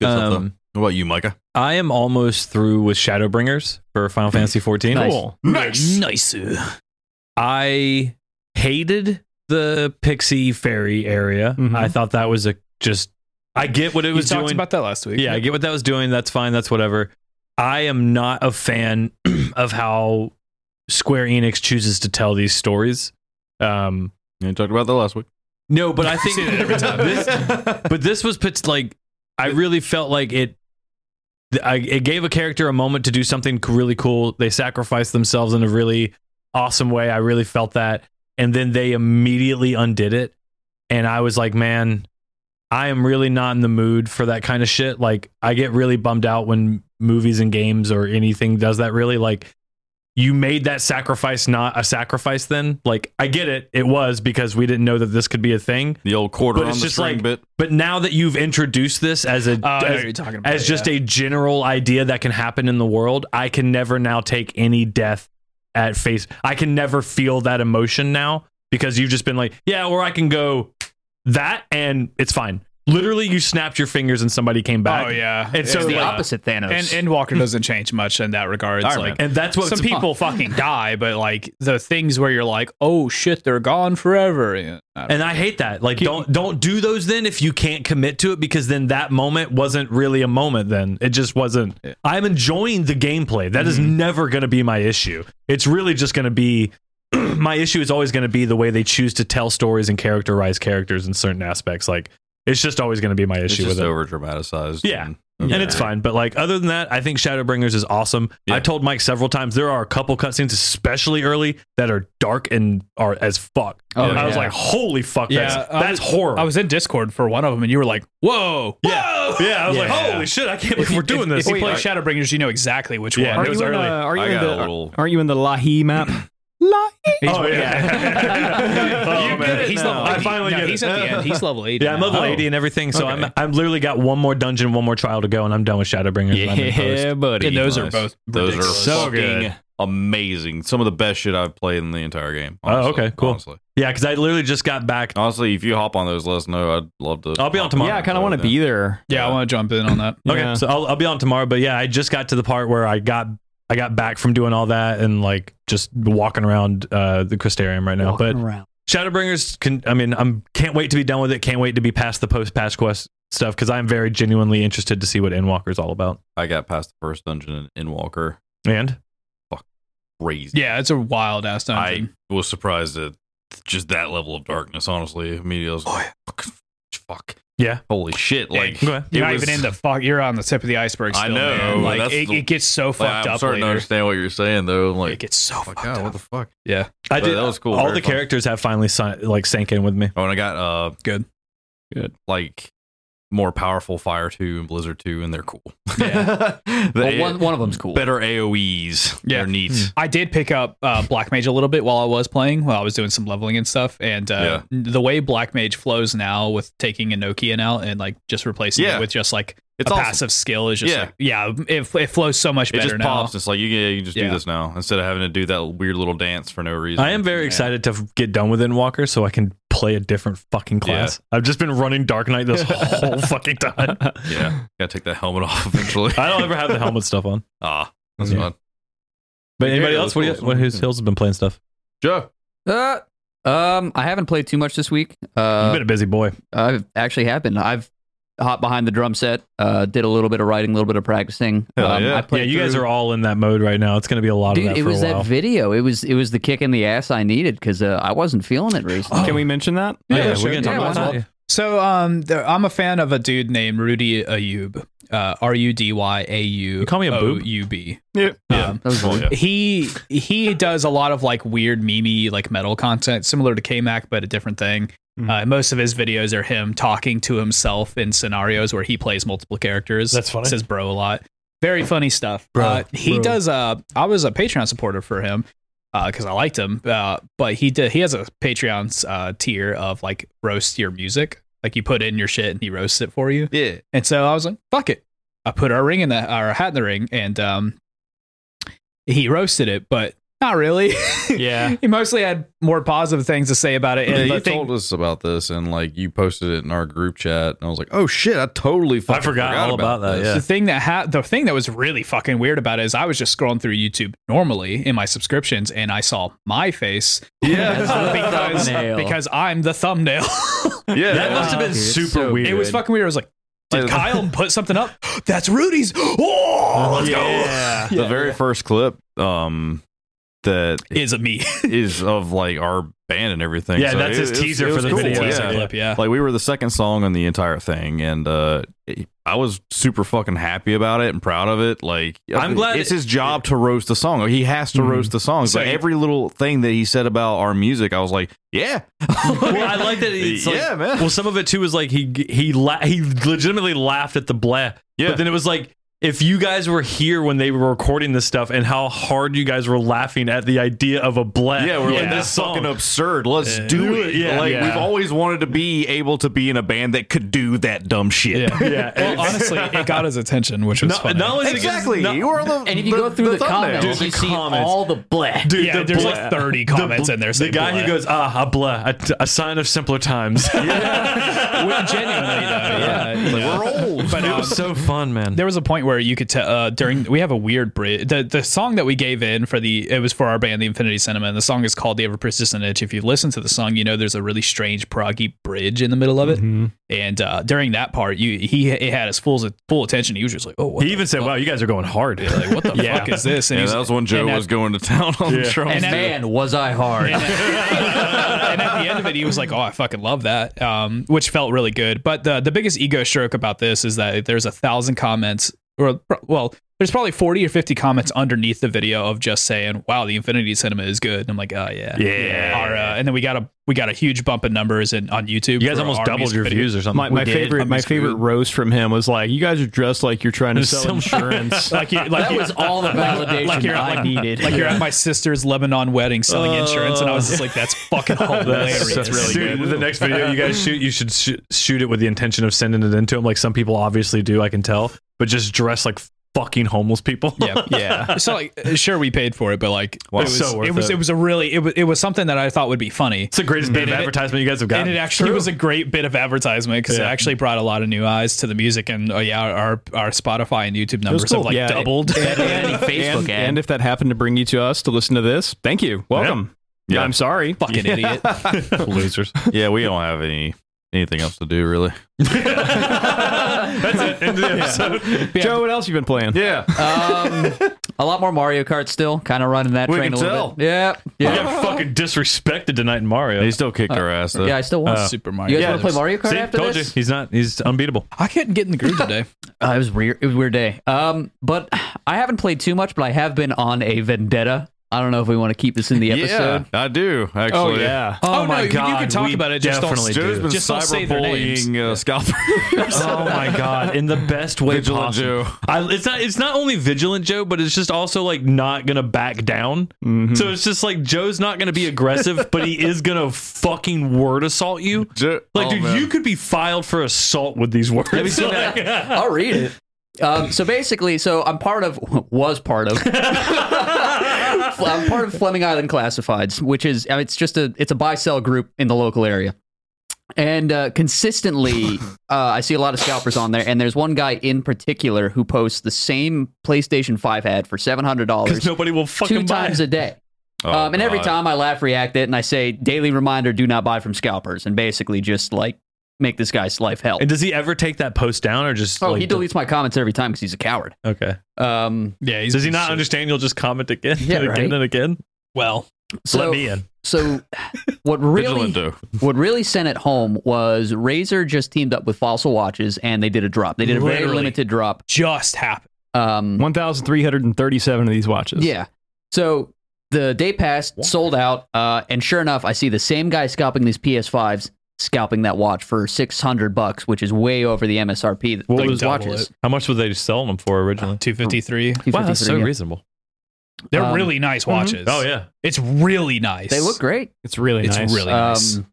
Speaker 3: though.
Speaker 2: Um,
Speaker 3: What about you, Micah?
Speaker 2: I am almost through with Shadowbringers for Final Fantasy 14.
Speaker 6: Nice.
Speaker 3: Nice.
Speaker 4: nice.
Speaker 2: I hated the Pixie Fairy area.
Speaker 5: Mhm.
Speaker 2: I thought that was a just. I get what it
Speaker 4: It
Speaker 2: was
Speaker 4: was talked
Speaker 2: doing.
Speaker 4: about that last week.
Speaker 2: Yeah, I get what that was doing. That's fine. That's whatever. I am not a fan of how Square Enix chooses to tell these stories. Um,
Speaker 3: You talked about that last week.
Speaker 2: no, but I think
Speaker 4: Say that every time.
Speaker 2: this, but this was put like I really felt like it. th- I, it gave a character a moment to do something c- really cool. They sacrificed themselves in a really awesome way. I really felt that, and then they immediately undid it, and I was like, man, I am really not in the mood for that kind of shit. Like, I get really bummed out when movies and games or anything does that. Really, like, you made that sacrifice not a sacrifice. Then, like, I get it. It was because we didn't know that this could be a thing.
Speaker 3: The old quarter
Speaker 2: But
Speaker 3: on
Speaker 2: it's
Speaker 3: the
Speaker 2: just
Speaker 3: string
Speaker 2: like-
Speaker 3: bit.
Speaker 2: But now that you've introduced this as a
Speaker 4: Oh, I know what
Speaker 2: as,
Speaker 4: you're talking about.
Speaker 2: as just a general idea that can happen in the world, I can never now take any death at face. I can never feel that emotion now because you've just been like, yeah, or I can go that and it's fine. Literally, you snapped your fingers and somebody came back.
Speaker 4: Oh yeah.
Speaker 2: And so,
Speaker 6: it's the
Speaker 2: like-
Speaker 6: opposite Thanos.
Speaker 4: And and Walker doesn't change much in that regard. It's
Speaker 3: Iron
Speaker 4: like
Speaker 3: Man.
Speaker 2: and that's what
Speaker 4: some people fucking die, but like the things where you're like, oh shit, they're gone forever. Yeah, I don't-
Speaker 2: And I hate that. Like, don't don't do those then if you can't commit to it because then that moment wasn't really a moment. Then it just wasn't. I'm enjoying the gameplay. That is
Speaker 3: Mm-hmm.
Speaker 2: never going to be my issue. It's really just going to be my issue is always going to be the way they choose to tell stories and characterize characters in certain aspects. Like, it's just always going to be my
Speaker 3: It's
Speaker 2: issue
Speaker 3: just
Speaker 2: with it.
Speaker 3: over dramatized.
Speaker 2: Yeah. And it's fine, but like other than that, I think Shadowbringers is awesome.
Speaker 3: Yeah.
Speaker 2: I told Mike several times there are a couple cutscenes, especially early, that are dark and are as fuck.
Speaker 6: Oh,
Speaker 2: And I was
Speaker 6: yeah.
Speaker 2: like, holy fuck, that's,
Speaker 4: I
Speaker 2: that's
Speaker 4: was-
Speaker 2: horrible.
Speaker 4: I was in Discord for one of them, and you were like, whoa,
Speaker 2: Yeah. Yeah. I was like,
Speaker 4: Yeah.
Speaker 2: holy shit, I can't believe we're doing
Speaker 4: if,
Speaker 2: this.
Speaker 4: If you play
Speaker 2: Wait,
Speaker 4: Shadowbringers, you know exactly which
Speaker 2: Yeah,
Speaker 4: one.
Speaker 2: it
Speaker 5: Are
Speaker 2: was
Speaker 5: you in, uh,
Speaker 2: early.
Speaker 5: are you
Speaker 3: I
Speaker 5: in
Speaker 3: got a
Speaker 5: the
Speaker 3: little-
Speaker 5: Aren't you in the Lahi map?
Speaker 2: oh, yeah.
Speaker 4: You
Speaker 2: oh,
Speaker 4: get
Speaker 2: man.
Speaker 4: it
Speaker 2: He's
Speaker 4: now.
Speaker 2: level 80.
Speaker 4: I finally
Speaker 2: No,
Speaker 4: get
Speaker 2: he's
Speaker 4: it.
Speaker 2: at the end.
Speaker 4: He's level 80.
Speaker 2: Yeah, I'm level 80 and everything, so I'm I'm literally got one more dungeon, one more trial to go, and I'm done with Shadowbringers. and I'm in post.
Speaker 5: buddy.
Speaker 4: And those are
Speaker 3: Nice.
Speaker 4: both
Speaker 3: Those are
Speaker 4: ridiculous.
Speaker 5: so
Speaker 3: fucking
Speaker 5: good.
Speaker 3: amazing. Some of the best shit I've played in the entire game.
Speaker 2: Oh, okay, cool.
Speaker 3: Honestly,
Speaker 2: Yeah, because I literally just got back.
Speaker 3: honestly, if you hop on those, let us know. I'd love to.
Speaker 2: I'll be on tomorrow.
Speaker 5: yeah, I kind of want to be there.
Speaker 4: Yeah, I want to jump in on that.
Speaker 2: Okay,
Speaker 5: Yeah.
Speaker 2: so I'll, I'll be on tomorrow. But yeah, I just got to the part where I got I got back from doing all that and like just walking around uh, the Crystarium right now. but
Speaker 6: around.
Speaker 2: Shadowbringers, can, I mean, I'm can't wait to be done with it. Can't wait to be past the post patch quest stuff because I'm very genuinely interested to see what Endwalker is all about.
Speaker 3: I got past the first dungeon in Walker.
Speaker 2: And
Speaker 3: Crazy.
Speaker 4: Yeah, it's a wild ass
Speaker 3: I
Speaker 4: dungeon.
Speaker 3: was surprised at just that level of darkness. Honestly, immediately I was like, fuck, fuck,
Speaker 2: yeah,
Speaker 3: holy shit! Like
Speaker 2: okay.
Speaker 3: it
Speaker 4: You're not
Speaker 3: was-
Speaker 4: even in the fuck. You're on the tip of the iceberg.
Speaker 3: I
Speaker 4: Still,
Speaker 3: know,
Speaker 4: man. Like
Speaker 3: that's
Speaker 4: it,
Speaker 3: the-
Speaker 4: it gets so
Speaker 3: Like,
Speaker 4: fucked
Speaker 3: I'm
Speaker 4: up
Speaker 3: starting to
Speaker 4: later.
Speaker 3: understand what you're saying though. I'm
Speaker 4: it
Speaker 3: like,
Speaker 4: gets so
Speaker 3: oh my
Speaker 4: fucked
Speaker 3: god, what
Speaker 4: up.
Speaker 3: the fuck?
Speaker 4: yeah,
Speaker 2: I
Speaker 3: But
Speaker 2: did.
Speaker 3: that was cool.
Speaker 2: All
Speaker 3: Very
Speaker 2: the
Speaker 3: fun.
Speaker 2: characters have finally si- like sank in with me.
Speaker 3: Oh, and I got uh
Speaker 4: Good.
Speaker 5: Good.
Speaker 3: like more powerful Fire Two and Blizzard Two, and they're cool.
Speaker 4: Yeah.
Speaker 3: They-
Speaker 6: Well, one, one of them's cool.
Speaker 3: better AOE's.
Speaker 4: Yeah.
Speaker 3: They're neat.
Speaker 2: Hmm.
Speaker 4: I did pick up uh, Black Mage a little bit while I was playing, while I was doing some leveling and stuff. And uh, the way Black Mage flows now with taking Enochian out and like just replacing
Speaker 3: Yeah.
Speaker 4: it with just like
Speaker 3: It's
Speaker 4: a
Speaker 3: awesome.
Speaker 4: passive skill is just
Speaker 3: Yeah.
Speaker 4: like, yeah, it, it flows so much
Speaker 3: It
Speaker 4: better
Speaker 3: just
Speaker 4: now.
Speaker 3: pops. It's like you can, you can just do
Speaker 4: Yeah.
Speaker 3: this now instead of having to do that weird little dance for no reason.
Speaker 2: I am very excited to f- get done with Endwalker so I can play a different fucking class. I've just been running Dark Knight this whole fucking time.
Speaker 3: Yeah, gotta take that helmet off eventually.
Speaker 2: I don't ever have the helmet stuff on.
Speaker 3: ah, that's
Speaker 2: Yeah.
Speaker 3: fun.
Speaker 2: But
Speaker 3: Yeah,
Speaker 2: anybody
Speaker 3: that
Speaker 2: else?
Speaker 3: was
Speaker 2: What, do you,
Speaker 3: cool.
Speaker 2: what who's Hills has been playing stuff?
Speaker 3: Joe,
Speaker 6: Uh, um, I haven't played too much this week.
Speaker 2: You've
Speaker 6: Uh,
Speaker 2: been a busy boy.
Speaker 6: I've actually have been. I've hopped behind the drum set. Uh, did a little bit of writing, a little bit of practicing.
Speaker 3: Hell
Speaker 6: um,
Speaker 3: yeah.
Speaker 6: I
Speaker 2: Yeah,
Speaker 6: played
Speaker 2: you guys
Speaker 6: through-
Speaker 2: are all in that mode right now. It's going to be a lot
Speaker 6: Dude,
Speaker 2: of that
Speaker 6: it
Speaker 2: for
Speaker 6: was
Speaker 2: a while.
Speaker 6: that video. It was it was the kick in the ass I needed because uh, I wasn't feeling it recently.
Speaker 5: Can we mention that?
Speaker 2: Oh, yeah,
Speaker 4: Yeah,
Speaker 2: we're
Speaker 4: sure.
Speaker 2: gonna talk
Speaker 6: Yeah,
Speaker 2: about
Speaker 6: why
Speaker 2: that.
Speaker 6: not?
Speaker 2: Yeah.
Speaker 4: So um, there, I'm a fan of a dude named Rudy Ayub, uh, R U D Y A U.
Speaker 2: You call me a boob?
Speaker 4: U B.
Speaker 5: Yeah.
Speaker 4: Um,
Speaker 6: That was
Speaker 3: Oh, yeah.
Speaker 4: he he does a lot of like weird memey like metal content similar to K-Mac but a different thing.
Speaker 2: Mm-hmm.
Speaker 4: Uh, most of his videos are him talking to himself in scenarios where he plays multiple characters.
Speaker 2: That's funny.
Speaker 4: Says bro a lot. Very funny stuff.
Speaker 2: Bro,
Speaker 4: uh, he
Speaker 2: bro.
Speaker 4: does. Uh, I was a Patreon supporter for him because I liked him. Uh, but he did. He has a Patreon uh, tier of like roast your music. Like you put in your shit and he roasts it for you.
Speaker 3: yeah,
Speaker 4: And so I was like, fuck it. I put our ring in the our hat in the ring and um he roasted it, but not really.
Speaker 2: Yeah.
Speaker 4: he mostly had more positive things to say about it.
Speaker 3: yeah.
Speaker 4: And
Speaker 3: You
Speaker 4: the thing-
Speaker 3: told us about this, and like you posted it in our group chat, and I was like, oh shit, I totally fucking
Speaker 2: forgot all about that,
Speaker 3: this.
Speaker 2: yeah.
Speaker 4: the thing that ha- the thing that was really fucking weird about it is I was just scrolling through YouTube normally in my subscriptions and I saw my face
Speaker 6: That's the
Speaker 4: because,
Speaker 6: thumbnail.
Speaker 4: because I'm the thumbnail.
Speaker 3: Yeah,
Speaker 2: That must have been
Speaker 6: Dude, it's
Speaker 2: super
Speaker 6: so
Speaker 2: weird.
Speaker 4: it was fucking weird. I was like, did Kyle put something up? That's Rudy's. Oh, let's
Speaker 2: yeah.
Speaker 3: the very first clip um that
Speaker 4: go. Is it me?
Speaker 3: is of like our band and everything.
Speaker 2: Yeah,
Speaker 3: So
Speaker 2: that's
Speaker 3: it-
Speaker 2: his
Speaker 3: it was-
Speaker 2: teaser
Speaker 3: it
Speaker 2: for
Speaker 3: was
Speaker 2: the
Speaker 3: cool,
Speaker 2: video.
Speaker 3: yeah.
Speaker 4: Clip, yeah.
Speaker 3: Like we were the second song on the entire thing, and uh, it- I was super fucking happy about it and proud of it. Like uh,
Speaker 2: I'm glad
Speaker 3: it's
Speaker 2: it-
Speaker 3: his job to roast the song. He has to
Speaker 2: Mhm.
Speaker 3: roast the song.
Speaker 4: So
Speaker 3: So
Speaker 4: you-
Speaker 3: every little thing that he said about our music, I was like, yeah,
Speaker 2: well, I like that. It's like,
Speaker 3: yeah, man.
Speaker 2: Well, some of it too was like he he la- he legitimately laughed at the blah.
Speaker 3: Yeah.
Speaker 2: But then it was like if you guys were here when they were recording this stuff and how hard you guys were laughing at the idea of a blah.
Speaker 3: yeah, we're like
Speaker 2: in
Speaker 3: this is fucking absurd. Let's
Speaker 4: Yeah.
Speaker 3: do it.
Speaker 2: Yeah.
Speaker 3: like
Speaker 2: Yeah.
Speaker 3: we've always wanted to be able to be in a band that could do that dumb shit.
Speaker 4: Yeah.
Speaker 2: Yeah.
Speaker 4: Well, honestly, it got his attention, which was
Speaker 2: not,
Speaker 4: funny.
Speaker 2: not only is it-
Speaker 3: Exactly.
Speaker 2: not-
Speaker 3: you are the
Speaker 6: And if you
Speaker 3: the-
Speaker 6: go through the,
Speaker 3: thumbnail.
Speaker 6: comments,
Speaker 2: Dude,
Speaker 6: you
Speaker 2: the
Speaker 6: see
Speaker 2: comments.
Speaker 6: all the bleh.
Speaker 2: dude,
Speaker 4: yeah,
Speaker 2: the
Speaker 4: there's
Speaker 2: blah-
Speaker 4: like 30 comments
Speaker 2: the,
Speaker 4: in there.
Speaker 2: The
Speaker 4: saying
Speaker 2: guy
Speaker 4: blah.
Speaker 2: who goes ah a blah a, a sign of simpler times.
Speaker 4: Well, genuinely, though, yeah, you know.
Speaker 3: We're old.
Speaker 4: But
Speaker 2: It
Speaker 4: um,
Speaker 2: was so fun, man.
Speaker 4: there was a point where you could tell uh, during we have a weird bridge. The the song that we gave in for the it was for our band, the Infinity Cinema, and the song is called "The Ever Persistent Itch." If you listen to the song, you know there's a really strange proggy bridge in the middle of it.
Speaker 2: Mm-hmm.
Speaker 4: And uh, during that part, you he it had his full full attention. He was just like, "Oh, what
Speaker 2: he
Speaker 4: the
Speaker 2: even said, "Wow, you guys are going hard."
Speaker 4: like, what the
Speaker 2: Yeah.
Speaker 4: fuck is this?" And
Speaker 3: Yeah,
Speaker 4: he's-
Speaker 3: that was when Joe
Speaker 4: and at-
Speaker 3: was going to town on
Speaker 2: Yeah.
Speaker 3: the drums.
Speaker 6: And
Speaker 4: And at-
Speaker 6: man, was I hard.
Speaker 4: and, at, and at the end of it, he was like, "Oh, I fucking love that," um, which felt really good. But the the biggest ego stroke about this is that there's a thousand comments, or well, there's probably forty or fifty comments underneath the video of just saying, "Wow, the Infinity Cinema is good." And I'm like, "Oh yeah,
Speaker 2: Yeah.
Speaker 4: Our, uh, and then we got a we got a huge bump in numbers in, on YouTube.
Speaker 2: You guys
Speaker 4: for
Speaker 2: almost
Speaker 4: our
Speaker 2: doubled
Speaker 4: music
Speaker 2: your
Speaker 4: video.
Speaker 2: views or something.
Speaker 5: My, my
Speaker 6: did.
Speaker 5: favorite
Speaker 4: I'm
Speaker 5: my
Speaker 4: screwed.
Speaker 5: favorite roast from him was like, "You guys are dressed like you're trying to
Speaker 2: There's
Speaker 5: sell
Speaker 2: so much-
Speaker 5: insurance."
Speaker 4: Like you, like
Speaker 6: that
Speaker 4: you-
Speaker 6: was all the validation
Speaker 4: like you're-
Speaker 6: I
Speaker 4: like-
Speaker 6: needed.
Speaker 4: Like you're at my sister's Lebanon wedding selling insurance, and I was just like, "That's fucking hilarious."
Speaker 2: That's really Dude, The next video you guys shoot, you should sh- shoot it with the intention of sending it into him, like some people obviously do. I can tell, but just dress like fucking homeless people.
Speaker 4: yeah, yeah. So like, uh, sure, we paid for it, but like, it was
Speaker 2: So worth
Speaker 4: it was
Speaker 2: it.
Speaker 4: it was a really it was it was something that I thought would be funny.
Speaker 2: It's the greatest bit of
Speaker 4: And it-
Speaker 2: advertisement you guys have gotten.
Speaker 4: and it actually was a great bit of advertisement because
Speaker 2: Um, Yeah.
Speaker 4: it actually brought a lot of new eyes to the music and oh yeah our our Spotify and YouTube numbers have like
Speaker 5: Yeah, it-
Speaker 4: doubled.
Speaker 6: Any Facebook
Speaker 5: and,
Speaker 6: ad.
Speaker 5: and if that happened to bring you to us to listen to this, thank you. Welcome.
Speaker 3: Yeah.
Speaker 5: I'm sorry.
Speaker 4: Fucking idiot.
Speaker 2: losers.
Speaker 3: Yeah, we don't have any anything else to do really.
Speaker 2: That's it. End of the episode.
Speaker 5: Joe, what else you been playing?
Speaker 3: Yeah.
Speaker 6: Um, a lot more Mario Kart still, kind of running that
Speaker 3: We
Speaker 6: train
Speaker 3: can
Speaker 6: a little
Speaker 3: tell.
Speaker 6: bit. Yeah,
Speaker 2: You
Speaker 6: yeah,
Speaker 2: got fucking disrespected tonight in Mario.
Speaker 3: He still kicked our ass though.
Speaker 6: Uh, yeah. I still want.
Speaker 2: Uh,
Speaker 4: Super
Speaker 6: Super you
Speaker 4: Mario.
Speaker 6: guys want to play Mario Kart
Speaker 2: See,
Speaker 6: after
Speaker 2: told
Speaker 6: this?
Speaker 2: you he's not. He's unbeatable.
Speaker 4: I couldn't get in the groove today.
Speaker 6: Uh, it was weird. It was a weird day. Um, but I haven't played too much, but I have been on a vendetta. I don't know if we want to keep this in the
Speaker 3: Yeah,
Speaker 6: episode.
Speaker 3: I do actually.
Speaker 5: Oh, yeah.
Speaker 4: Oh, my no, you- you God, can talk we about it, just don't- definitely
Speaker 3: Joe's been
Speaker 4: Just don't say their names.
Speaker 3: cyberbullying uh, scalpers.
Speaker 2: oh my god! In the best way
Speaker 3: Vigilant
Speaker 2: possible.
Speaker 3: Joe.
Speaker 2: I, it's not. It's not only vigilant Joe, but it's just also like not gonna back down.
Speaker 3: Mm-hmm.
Speaker 2: So it's just like Joe's not gonna be aggressive, but he is gonna fucking word assault you.
Speaker 3: Joe-
Speaker 2: Like,
Speaker 3: oh,
Speaker 2: dude,
Speaker 3: man.
Speaker 2: you could be filed for assault with these words. Like,
Speaker 6: I'll read it. Um, so basically, so I'm part of was part of I'm part of Fleming Island Classifieds, which is I mean, it's just a it's a buy sell group in the local area. And uh, consistently, uh, I see a lot of scalpers on there, and there's one guy in particular who posts the same PlayStation Five ad for seven hundred dollars
Speaker 2: Because nobody will
Speaker 6: two
Speaker 2: fucking buy
Speaker 6: times
Speaker 2: it.
Speaker 6: a day.
Speaker 3: Oh,
Speaker 6: um, and every
Speaker 3: God.
Speaker 6: time I laugh react it, and I say daily reminder: do not buy from scalpers, and basically just like make this guy's life hell.
Speaker 2: And does he ever take that post down or just?
Speaker 6: Oh,
Speaker 2: like,
Speaker 6: he deletes my comments every time because he's a coward.
Speaker 2: Okay.
Speaker 6: Um,
Speaker 4: Yeah, he's
Speaker 2: Does he
Speaker 4: a piece
Speaker 2: not
Speaker 4: of-
Speaker 2: understand? You'll just comment again,
Speaker 6: Yeah,
Speaker 2: and again,
Speaker 6: right.
Speaker 2: and again.
Speaker 4: Well,
Speaker 6: so,
Speaker 2: Let me in.
Speaker 6: so what
Speaker 3: Vigilant
Speaker 6: really
Speaker 3: Joe.
Speaker 6: what really sent it home was Razer just teamed up with Fossil Watches and they did a drop. They did a very
Speaker 4: Literally.
Speaker 6: limited drop.
Speaker 4: just happened.
Speaker 6: Um,
Speaker 5: 1,337 of these watches.
Speaker 6: Yeah. So the day passed, sold out, uh, and sure enough, I see the same guy scalping these PS5s, scalping that watch for six hundred bucks, which is way over the MSRP. that
Speaker 2: What
Speaker 6: those
Speaker 2: was-
Speaker 4: double
Speaker 6: watches?
Speaker 2: How much were they selling them for originally?
Speaker 4: 253.
Speaker 2: Wow, that's so
Speaker 6: 253, yeah.
Speaker 2: reasonable.
Speaker 4: They're
Speaker 6: Um,
Speaker 4: really nice watches.
Speaker 2: Oh yeah.
Speaker 4: It's really nice.
Speaker 6: They look great.
Speaker 5: It's really
Speaker 4: It's
Speaker 5: nice.
Speaker 4: really nice.
Speaker 6: Um,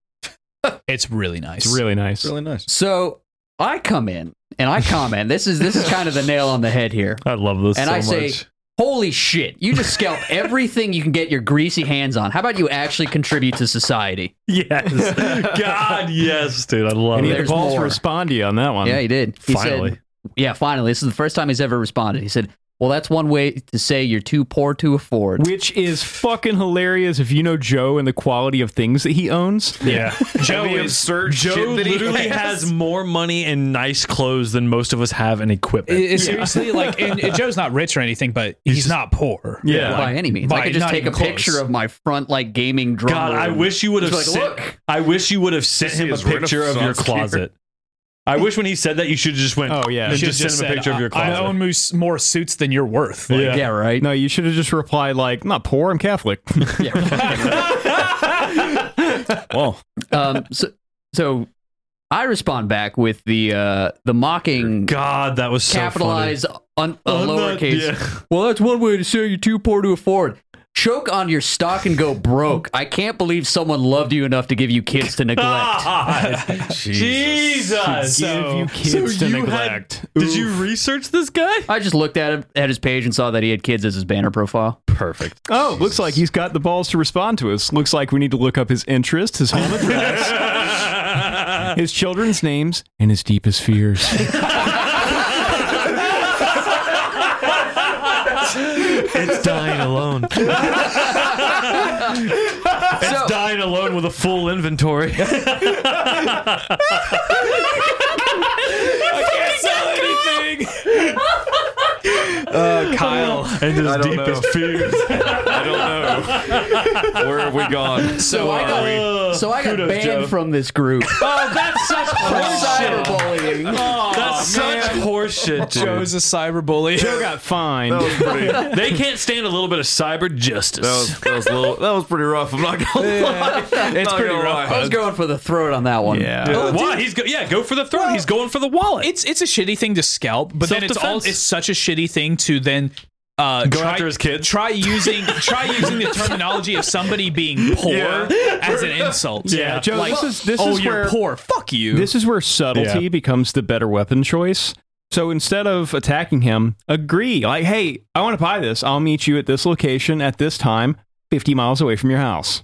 Speaker 4: It's really nice.
Speaker 5: it's really nice.
Speaker 3: nice.
Speaker 6: so I come in and I comment. this is this is kind of the nail on the head here.
Speaker 2: I love this
Speaker 6: And
Speaker 2: so
Speaker 6: I say-
Speaker 2: much.
Speaker 6: Holy shit! You just scalp everything you can get your greasy hands on. How about you actually contribute to society?
Speaker 2: Yes. God, yes, dude. I love
Speaker 5: And he
Speaker 2: it.
Speaker 5: had the
Speaker 6: There's
Speaker 5: balls to
Speaker 6: more.
Speaker 5: respond to you on that one.
Speaker 6: yeah, he did. He said-
Speaker 2: Finally.
Speaker 6: yeah, finally. This is the first time he's ever responded. He said, "Well, that's one way to say you're too poor to afford."
Speaker 5: Which is fucking hilarious if you know Joe and the quality of things that he owns.
Speaker 2: yeah.
Speaker 4: Joe
Speaker 3: The
Speaker 4: is
Speaker 3: absurd
Speaker 2: Joe
Speaker 3: shit that he
Speaker 2: literally has. more money and nice clothes than most of us have in equipment.
Speaker 4: It- it's seriously like and, and Joe's not rich or anything, but he's, not poor.
Speaker 2: Yeah.
Speaker 6: by any means.
Speaker 4: by-
Speaker 6: I could just
Speaker 4: not
Speaker 6: take a
Speaker 4: even close.
Speaker 6: picture of my front like gaming drum.
Speaker 2: God, I wish you would have
Speaker 6: Just like,
Speaker 2: sent,
Speaker 6: look.
Speaker 2: I wish you would have sent
Speaker 3: see
Speaker 2: him a
Speaker 3: his
Speaker 2: picture of your
Speaker 3: Renaissance here.
Speaker 2: closet. I wish when he said that you should have just went
Speaker 5: Oh, yeah.
Speaker 2: and
Speaker 5: You
Speaker 4: Should've
Speaker 2: just, sent him a
Speaker 4: said,
Speaker 2: picture of your
Speaker 4: "I-
Speaker 2: closet.
Speaker 4: I own moose- more suits than you're worth. Like,
Speaker 2: Yeah.
Speaker 6: Yeah, right.
Speaker 5: No, you should have just replied like, "I'm not poor. I'm Catholic."
Speaker 3: Well,
Speaker 6: Um, so, so I respond back with the uh, the mocking
Speaker 2: God, that was so
Speaker 6: capitalized un- uh,
Speaker 2: funny.
Speaker 6: lowercase.
Speaker 2: Yeah.
Speaker 6: Well, that's one way to say you're too poor to afford. Choke on your stock and go broke. I can't believe someone loved you enough to give you kids to neglect.
Speaker 2: God. Ah! Jesus.
Speaker 5: Give you kids to neglect.
Speaker 2: Had, did you research this guy?
Speaker 6: I just looked at him at his page and saw that he had kids as his banner profile.
Speaker 2: Perfect.
Speaker 5: Oh, looks like he's got the balls to respond to us. Looks like we need to look up his interest, his home address, his children's names, and his deepest fears.
Speaker 2: It's dying alone.
Speaker 6: So-
Speaker 2: it's dying alone with a full inventory.
Speaker 4: Uh, Kyle.
Speaker 2: and his deepest fears.
Speaker 3: I don't know. Where have we gone?
Speaker 2: Oh,
Speaker 6: So I got, so I got
Speaker 2: Kudos,
Speaker 6: banned
Speaker 2: Joe.
Speaker 6: from this group.
Speaker 2: Oh, that's such Oh. horseshit.
Speaker 6: Cyberbullying.
Speaker 2: That's such horseshit,
Speaker 4: Joe's
Speaker 2: dude.
Speaker 4: a cyberbully.
Speaker 5: Joe got fined.
Speaker 3: That was pretty. That
Speaker 2: They can't stand a little bit of cyber justice.
Speaker 3: was, that was a little. That was pretty rough. I'm not gonna lie. It's
Speaker 4: pretty
Speaker 6: I was going for the throat on that one.
Speaker 5: yeah.
Speaker 2: Uh, Why? He's go- yeah, go for the throat. He's going for the wallet.
Speaker 4: It's it's a shitty thing to scalp, but then it's all
Speaker 2: Self-defense.
Speaker 4: it's such a shitty thing to then uh,
Speaker 2: Go
Speaker 4: try,
Speaker 2: after his kids?
Speaker 4: Try using try using the terminology of somebody being poor as an insult.
Speaker 2: Yeah.
Speaker 5: Joe,
Speaker 4: like
Speaker 5: this is this
Speaker 4: oh
Speaker 5: is
Speaker 4: you're
Speaker 5: where
Speaker 4: poor. Fuck you.
Speaker 5: this is where subtlety
Speaker 2: Yeah.
Speaker 5: becomes the better weapon choice. So instead of attacking him, agree like, "Hey, I want to buy this. I'll meet you at this location at this time, 50 miles away from your house."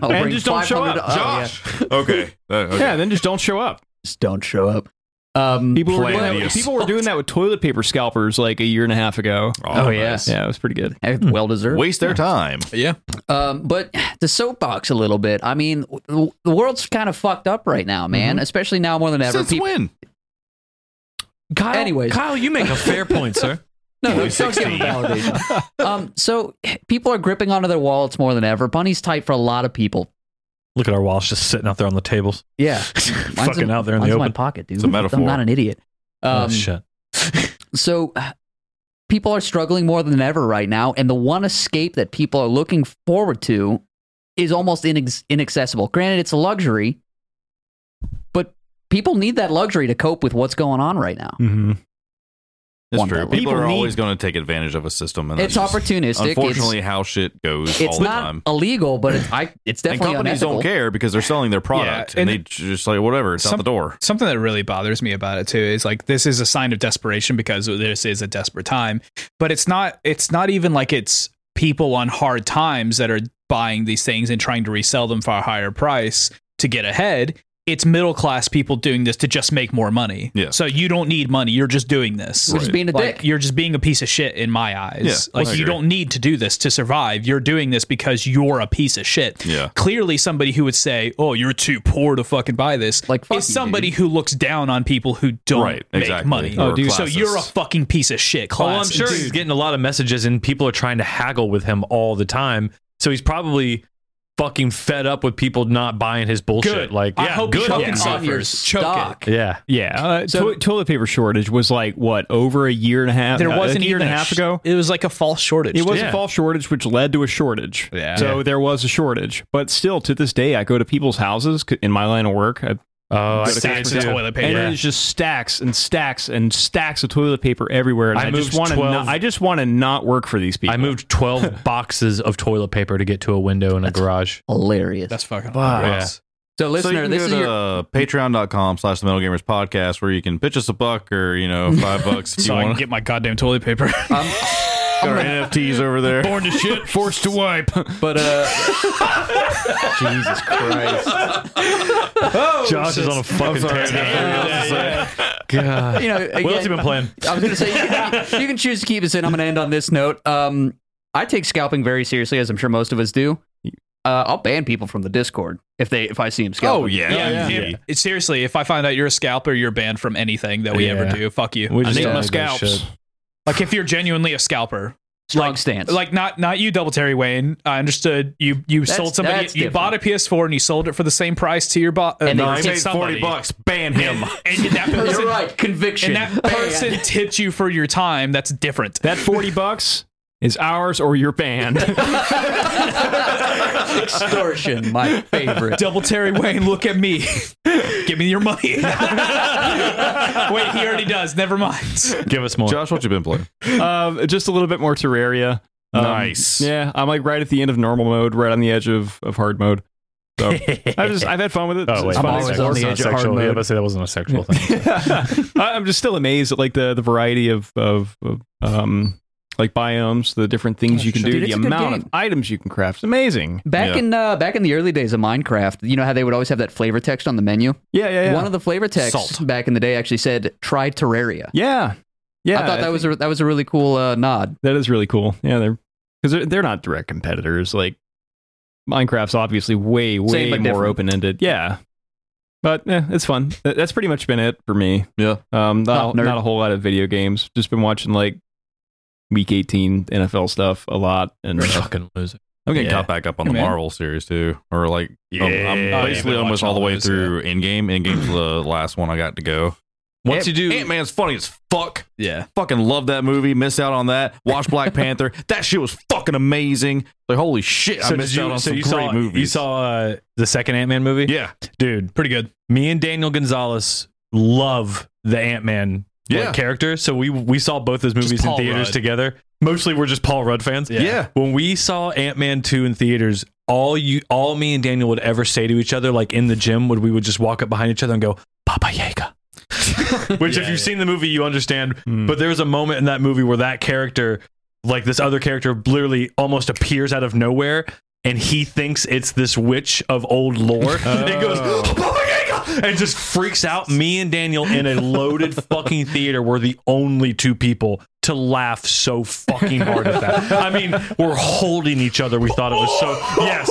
Speaker 6: I'll
Speaker 5: And
Speaker 6: bring
Speaker 5: just don't show
Speaker 6: 500
Speaker 5: up.
Speaker 6: oh, yeah.
Speaker 3: Josh. Okay. Uh, okay.
Speaker 5: Yeah, then just don't show up.
Speaker 6: Just don't show up. Um,
Speaker 5: People were,
Speaker 3: Plan
Speaker 5: doing
Speaker 3: the
Speaker 5: that, people were doing that with toilet paper scalpers like a year and a half ago.
Speaker 6: oh, yes.
Speaker 5: Yeah, it was pretty good.
Speaker 6: Eh, Well deserved.
Speaker 3: Waste their time.
Speaker 4: Yeah.
Speaker 6: Um, but the soapbox a little bit. I mean, w- the world's kind of fucked up right now, man. Especially now more than ever.
Speaker 3: Since when?
Speaker 2: Kyle,
Speaker 6: Anyways.
Speaker 2: Kyle, you make a fair point, sir.
Speaker 6: No, don't don't give them validation. um, so people are gripping onto their wallets more than ever. Money's tight for a lot of people.
Speaker 2: Look at our wallets just sitting out there on the tables.
Speaker 6: Yeah,
Speaker 2: Fucking out there in the
Speaker 6: mine's my
Speaker 2: open.
Speaker 6: pocket, dude.
Speaker 3: It's a metaphor.
Speaker 6: I'm not an idiot.
Speaker 2: oh,
Speaker 6: Um,
Speaker 2: shit.
Speaker 6: so uh, people are struggling more than ever right now, and the one escape that people are looking forward to is almost inex- inaccessible. Granted, it's a luxury, but people need that luxury to cope with what's going on right now.
Speaker 5: Mm-hmm.
Speaker 3: It's
Speaker 6: Want
Speaker 3: true.
Speaker 6: that
Speaker 3: People,
Speaker 5: life.
Speaker 3: are
Speaker 5: People
Speaker 3: always going to take advantage of a system, and
Speaker 6: It's
Speaker 3: that's just
Speaker 6: opportunistic.
Speaker 3: Unfortunately, how shit goes
Speaker 6: it's, it's
Speaker 3: all the
Speaker 6: not
Speaker 3: time.
Speaker 6: illegal, but it's, I, it's
Speaker 3: And
Speaker 6: definitely
Speaker 3: companies
Speaker 6: unethical.
Speaker 3: don't care because they're selling their product,
Speaker 4: Yeah,
Speaker 3: and,
Speaker 4: and-
Speaker 3: they just like whatever. It's out
Speaker 4: Some-
Speaker 3: the door.
Speaker 4: Something that really bothers me about it too is like this is a sign of desperation because this is a desperate time, but it's not it's not even like it's people on hard times that are buying these things and trying to resell them for a higher price to get ahead. It's middle class people doing this to just make more money.
Speaker 3: Yeah.
Speaker 4: So you don't need money. You're just doing this.
Speaker 6: We're just being a
Speaker 4: Like,
Speaker 6: dick.
Speaker 4: you're just being a piece of shit in my eyes.
Speaker 3: Yeah,
Speaker 4: like
Speaker 3: I
Speaker 4: you
Speaker 3: agree.
Speaker 4: don't need to do this to survive. You're doing this because you're a piece of shit.
Speaker 3: Yeah.
Speaker 4: Clearly somebody who would say, "Oh, you're too poor to fucking buy this,"
Speaker 6: Like, fuck
Speaker 4: is
Speaker 6: you,
Speaker 4: somebody who looks down on people who don't
Speaker 3: Right,
Speaker 4: make
Speaker 3: exactly.
Speaker 4: money.
Speaker 3: Oh, dude.
Speaker 4: so you're a
Speaker 3: classes.
Speaker 4: fucking piece of shit.
Speaker 2: Oh,
Speaker 4: Class.
Speaker 2: well, I'm sure he's getting a lot of messages, and people are trying to haggle with him all the time. So he's probably fucking fed up with people not buying his bullshit.
Speaker 4: Good.
Speaker 2: Like,
Speaker 4: I
Speaker 2: yeah,
Speaker 4: hope
Speaker 2: good.
Speaker 4: he fucking
Speaker 2: yeah.
Speaker 6: Fucking on your
Speaker 4: suffers. Choke it.
Speaker 6: stock.
Speaker 2: yeah.
Speaker 5: Yeah, uh,
Speaker 6: So-
Speaker 5: toi- toilet paper shortage was like what over a year and a half.
Speaker 4: There
Speaker 5: uh,
Speaker 4: wasn't
Speaker 5: like a year
Speaker 4: even
Speaker 5: and a half
Speaker 4: sh-
Speaker 5: ago.
Speaker 4: It was like a false shortage.
Speaker 5: It was
Speaker 2: Yeah.
Speaker 5: a false shortage, which led to a shortage.
Speaker 4: Yeah.
Speaker 5: So there was a shortage, but still to this day, I go to people's houses c- in my line of work, I,
Speaker 2: Oh, I
Speaker 5: Go to
Speaker 2: see.
Speaker 5: Costco.
Speaker 2: too.
Speaker 4: toilet paper.
Speaker 5: and
Speaker 2: Yeah.
Speaker 5: it's just stacks and stacks and stacks of toilet paper everywhere. And
Speaker 2: I
Speaker 5: I, just
Speaker 2: moved
Speaker 5: want to,
Speaker 2: 12
Speaker 5: not, I just want to not work for these people.
Speaker 2: I moved 12 boxes of toilet paper to get to a window in a garage.
Speaker 6: Hilarious.
Speaker 4: That's fucking
Speaker 2: gross.
Speaker 3: so
Speaker 6: so,
Speaker 3: you
Speaker 6: listener,
Speaker 3: can
Speaker 6: this
Speaker 3: go
Speaker 6: is
Speaker 3: to
Speaker 6: your
Speaker 3: uh, patreon.com slash the metal gamers podcast where you can pitch us a buck or you know five bucks if you
Speaker 4: So I can
Speaker 3: want
Speaker 4: get my goddamn toilet paper.
Speaker 3: got our nfts over there
Speaker 5: born to shit, forced to wipe.
Speaker 6: But uh, Jesus Christ!
Speaker 2: Josh is on a fucking tear. God.
Speaker 6: You know,
Speaker 2: What else you been
Speaker 6: again,
Speaker 2: playing?
Speaker 6: I was going to say you can, you can choose to keep us in. I'm going to end on this note. Um, I take scalping very seriously, as I'm sure most of us do. Uh, I'll ban people from the Discord if they if I see them scalping.
Speaker 3: oh yeah,
Speaker 4: yeah,
Speaker 3: easy.
Speaker 4: If- if- seriously, if I find out you're a scalper, you're banned from anything that we
Speaker 2: Yeah.
Speaker 4: ever do. Fuck you.
Speaker 2: We
Speaker 5: I
Speaker 2: just
Speaker 5: need
Speaker 2: don't
Speaker 5: my
Speaker 2: need that
Speaker 5: scalps.
Speaker 2: shit.
Speaker 4: Like if you're genuinely a scalper,
Speaker 6: strong
Speaker 4: like-
Speaker 6: stance.
Speaker 4: like not not you, double Terry Wayne. I understood you. You
Speaker 6: That's-
Speaker 4: sold somebody. You
Speaker 6: that's different.
Speaker 4: bought a PS4 and you sold it for the same price to your bot. Uh,
Speaker 6: And they
Speaker 4: no,
Speaker 6: were
Speaker 4: to
Speaker 3: he made
Speaker 4: somebody.
Speaker 3: 40 bucks ban him
Speaker 4: And that person,
Speaker 6: You're right. Conviction.
Speaker 4: and that person tipped you for your time. That's different.
Speaker 5: That forty bucks is ours or your band.
Speaker 6: extortion, my favorite.
Speaker 4: Double Terry Wayne, look at me. Give me your money. Wait, he already does. Never mind.
Speaker 2: Give us more.
Speaker 3: josh what you been playing
Speaker 5: um, just a little bit more Terraria. Um,
Speaker 3: Nice.
Speaker 5: Yeah, I'm like right at the end of normal mode, right on the edge of, of hard mode. So I've just I've had fun with it.
Speaker 2: Oh, wait.
Speaker 5: It's
Speaker 6: I'm
Speaker 5: fun to
Speaker 6: always
Speaker 5: explore.
Speaker 6: on the
Speaker 2: It's not
Speaker 6: edge of hard
Speaker 2: sexual. Yeah,
Speaker 6: mode.
Speaker 2: but I say that wasn't a sexual thing.
Speaker 5: I- I'm just still amazed at like the the variety of of, of um like biomes, the different things you can do,
Speaker 6: Dude,
Speaker 5: the
Speaker 6: it's a good
Speaker 5: amount
Speaker 6: game.
Speaker 5: of items you can craft. It's amazing.
Speaker 6: Back
Speaker 3: Yeah.
Speaker 6: in uh, back in the early days of Minecraft, you know how they would always have that flavor text on the menu.
Speaker 5: Yeah, yeah, yeah.
Speaker 6: One of the flavor texts
Speaker 4: Salt.
Speaker 6: back in the day actually said "Try Terraria."
Speaker 5: yeah, yeah.
Speaker 6: I thought that was a, that was a really cool uh, nod.
Speaker 5: that is really cool. Yeah, they're because they're, they're not direct competitors. Like Minecraft's obviously way way
Speaker 6: Same but
Speaker 5: more
Speaker 6: different.
Speaker 5: open ended. Yeah, but eh, it's fun. Th- That's pretty much been it for me.
Speaker 3: Yeah.
Speaker 5: Um, not,
Speaker 6: Top nerd.
Speaker 5: not a whole lot of video games. Just been watching like week 18 NFL stuff a lot and. uh,
Speaker 2: You're fucking loser.
Speaker 3: i'm getting
Speaker 5: Yeah.
Speaker 3: caught back up on the
Speaker 4: Hey, man.
Speaker 3: marvel series too or like um, i'm
Speaker 2: Yeah.
Speaker 3: basically
Speaker 4: Yeah,
Speaker 3: almost
Speaker 4: watching
Speaker 3: all the
Speaker 4: all
Speaker 3: way
Speaker 4: those,
Speaker 3: through endgame endgame's the last one i got to go
Speaker 2: Once you do,
Speaker 3: ant-man's funny as fuck
Speaker 4: Yeah.
Speaker 3: fucking love that movie missed out on that watch black panther that shit was fucking amazing like holy shit i
Speaker 2: so
Speaker 3: missed
Speaker 2: did you,
Speaker 3: out on
Speaker 2: so
Speaker 3: some
Speaker 2: you
Speaker 3: great
Speaker 2: saw,
Speaker 3: movies
Speaker 2: You saw uh, the second Ant Man movie?
Speaker 3: yeah
Speaker 2: Dude,
Speaker 4: Pretty good.
Speaker 2: me and Daniel Gonzalez love the Ant Man
Speaker 3: Yeah.
Speaker 2: character. So we we saw both those movies in
Speaker 4: Paul
Speaker 2: theaters
Speaker 4: Rudd.
Speaker 2: together. Mostly we're just Paul Rudd fans.
Speaker 3: Yeah.
Speaker 2: When we saw Ant Man two in theaters, all you all me and Daniel would ever say to each other, like in the gym, would we would just walk up behind each other and go, Papa Yaga. Which, if you've seen the movie, you understand.
Speaker 4: Hmm.
Speaker 2: But there's a moment in that movie where that character, like this other character, literally almost appears out of nowhere, and he thinks it's this witch of old lore. and goes, "Oh my God," and just freaks out. Me and Daniel in a loaded fucking theater were the only two people to laugh so fucking hard at that. I mean, we're holding each other. We thought it was so yes.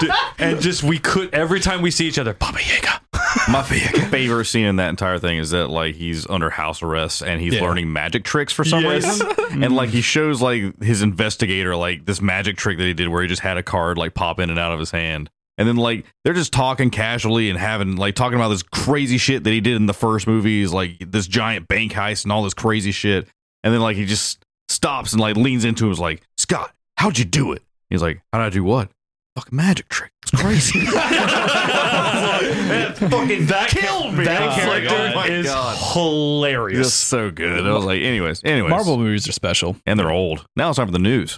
Speaker 2: Dude, and just we could every time we see each other, Baba Yaga.
Speaker 3: My favorite scene in that entire thing is that like he's under house arrest and he's learning magic tricks for some
Speaker 2: Yes.
Speaker 3: reason, and like he shows like his investigator like this magic trick that he did where he just had a card like pop in and out of his hand, and then like they're just talking casually and having like talking about this crazy shit that he did in the first movies, like this giant bank heist and all this crazy shit, and then like he just stops and like leans into him, is like Scott, how'd you do it? He's like, how would I do what? Fucking magic trick. It's crazy.
Speaker 2: that fucking that killed me. That
Speaker 3: Oh my
Speaker 2: character
Speaker 3: God.
Speaker 2: is
Speaker 3: God. It's
Speaker 2: hilarious.
Speaker 3: so good. I was like, anyways, anyways.
Speaker 4: Marvel movies are special.
Speaker 3: And they're old. Now it's time for the news.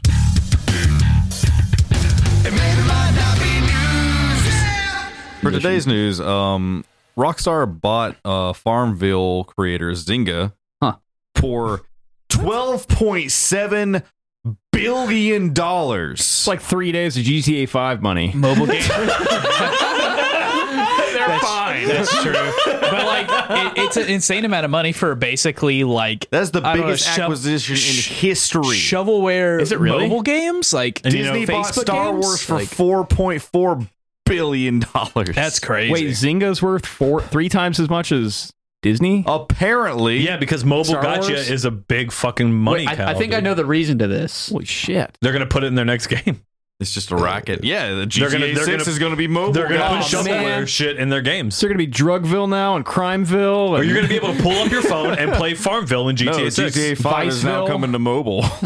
Speaker 3: For today's news, um, Rockstar bought uh, Farmville creators Zynga
Speaker 6: Huh.
Speaker 3: for twelve point seven billion dollars.
Speaker 5: It's like three days of GTA 5 money.
Speaker 4: Mobile games.
Speaker 5: They're fine.
Speaker 4: That's true. But like, it, it's an insane amount of money for basically like
Speaker 3: that's the
Speaker 4: I don't know,
Speaker 3: biggest
Speaker 4: shove-
Speaker 3: acquisition
Speaker 4: sh-
Speaker 3: in history.
Speaker 4: shovelware.
Speaker 2: Is it really?
Speaker 4: mobile games? Like
Speaker 2: And you
Speaker 3: Disney
Speaker 2: know,
Speaker 3: bought
Speaker 4: Facebook
Speaker 3: Star
Speaker 4: games?
Speaker 3: Wars for
Speaker 4: Like-
Speaker 3: four point four billion dollars.
Speaker 4: that's crazy.
Speaker 5: Wait, Zynga's worth four, three times as much as Disney?
Speaker 3: apparently.
Speaker 2: Yeah, because mobile
Speaker 5: Star
Speaker 2: gotcha
Speaker 5: Wars?
Speaker 2: is a big fucking money
Speaker 6: Wait,
Speaker 2: cow.
Speaker 6: I, I think I
Speaker 2: dude.
Speaker 6: know the reason to this.
Speaker 5: Holy shit.
Speaker 2: They're gonna put it in their next game.
Speaker 3: It's just a racket. Yeah, the GTA
Speaker 2: They're gonna- they're
Speaker 3: 6
Speaker 2: gonna-
Speaker 3: is going to be mobile.
Speaker 2: They're
Speaker 6: Oh,
Speaker 2: gonna
Speaker 3: guys.
Speaker 2: put shovelware
Speaker 5: man.
Speaker 2: shit in their games.
Speaker 5: So they're going to be Drugville now and Crimeville.
Speaker 2: Or
Speaker 5: and-
Speaker 2: you're gonna be able to pull up your phone and play Farmville in
Speaker 3: No,
Speaker 2: GTA Six.
Speaker 3: GTA 5 is now
Speaker 5: Viceville.
Speaker 3: coming to mobile.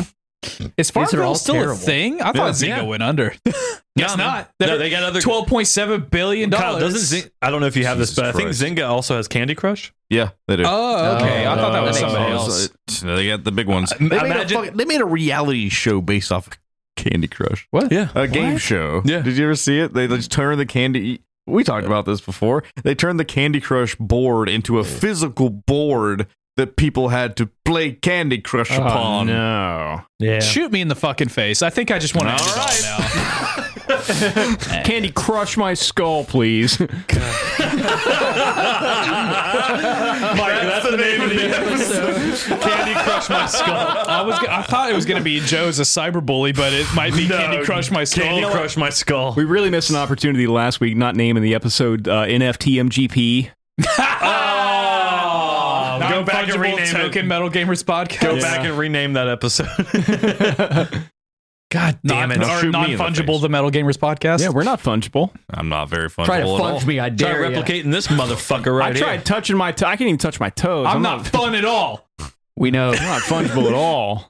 Speaker 4: is
Speaker 6: These are all
Speaker 4: Farmville still
Speaker 6: terrible.
Speaker 4: a thing? I thought Zynga
Speaker 2: Yeah.
Speaker 4: went under. it's not.
Speaker 2: No,
Speaker 4: They're-
Speaker 2: they got other
Speaker 4: Twelve point seven billion
Speaker 2: Kyle,
Speaker 4: dollars.
Speaker 2: doesn't Zing- I don't know if you have this,
Speaker 3: Jesus
Speaker 2: but
Speaker 3: Christ.
Speaker 2: I think Zynga also has Candy Crush.
Speaker 3: yeah, they do.
Speaker 4: Oh, okay. I thought that was
Speaker 2: Oh,
Speaker 4: somebody
Speaker 2: no.
Speaker 4: else.
Speaker 3: So, uh, they got the big ones.
Speaker 2: They made a fucking-
Speaker 3: they made a reality show based off Candy Crush.
Speaker 4: What?
Speaker 2: Yeah.
Speaker 3: A game show.
Speaker 2: Yeah.
Speaker 3: Did you ever see it? They just turn the candy. We talked about this before. They turned the Candy Crush board into a physical board that people had to play Candy Crush
Speaker 5: Oh,
Speaker 3: upon.
Speaker 5: no.
Speaker 2: Yeah.
Speaker 4: Shoot me in the fucking face. I think I just want to end it all now.
Speaker 5: Candy, crush my skull, please.
Speaker 2: Mike, that's the name of the
Speaker 4: Candy Crush My Skull. I was I thought it was gonna be Joe's a cyberbully, but it might be Candy Crush My Skull.
Speaker 2: Candy Crush my skull.
Speaker 5: we really missed an opportunity last week not naming the episode uh, NFTMGP.
Speaker 2: Oh, go back
Speaker 4: Ah!
Speaker 2: and
Speaker 4: Non-fungible
Speaker 2: rename
Speaker 4: token
Speaker 2: it.
Speaker 4: Metal Gamers podcast.
Speaker 2: Go back and rename that episode.
Speaker 4: God damn
Speaker 2: it.
Speaker 4: it!
Speaker 2: Don't
Speaker 4: Or
Speaker 3: shoot me in the
Speaker 4: non-fungible
Speaker 3: face.
Speaker 4: the, Metal Gamers podcast.
Speaker 5: Yeah, we're not fungible.
Speaker 3: I'm not very fungible
Speaker 6: Try to
Speaker 3: at all.
Speaker 6: funge me, I
Speaker 2: Try
Speaker 6: dare ya.
Speaker 2: replicating this motherfucker right
Speaker 5: I tried
Speaker 2: here.
Speaker 5: touching my. T- I can't even touch my toes.
Speaker 4: I'm, not fun at all.
Speaker 6: We know.
Speaker 5: I'm not fungible at all.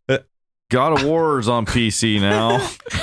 Speaker 3: God of War is on PC now.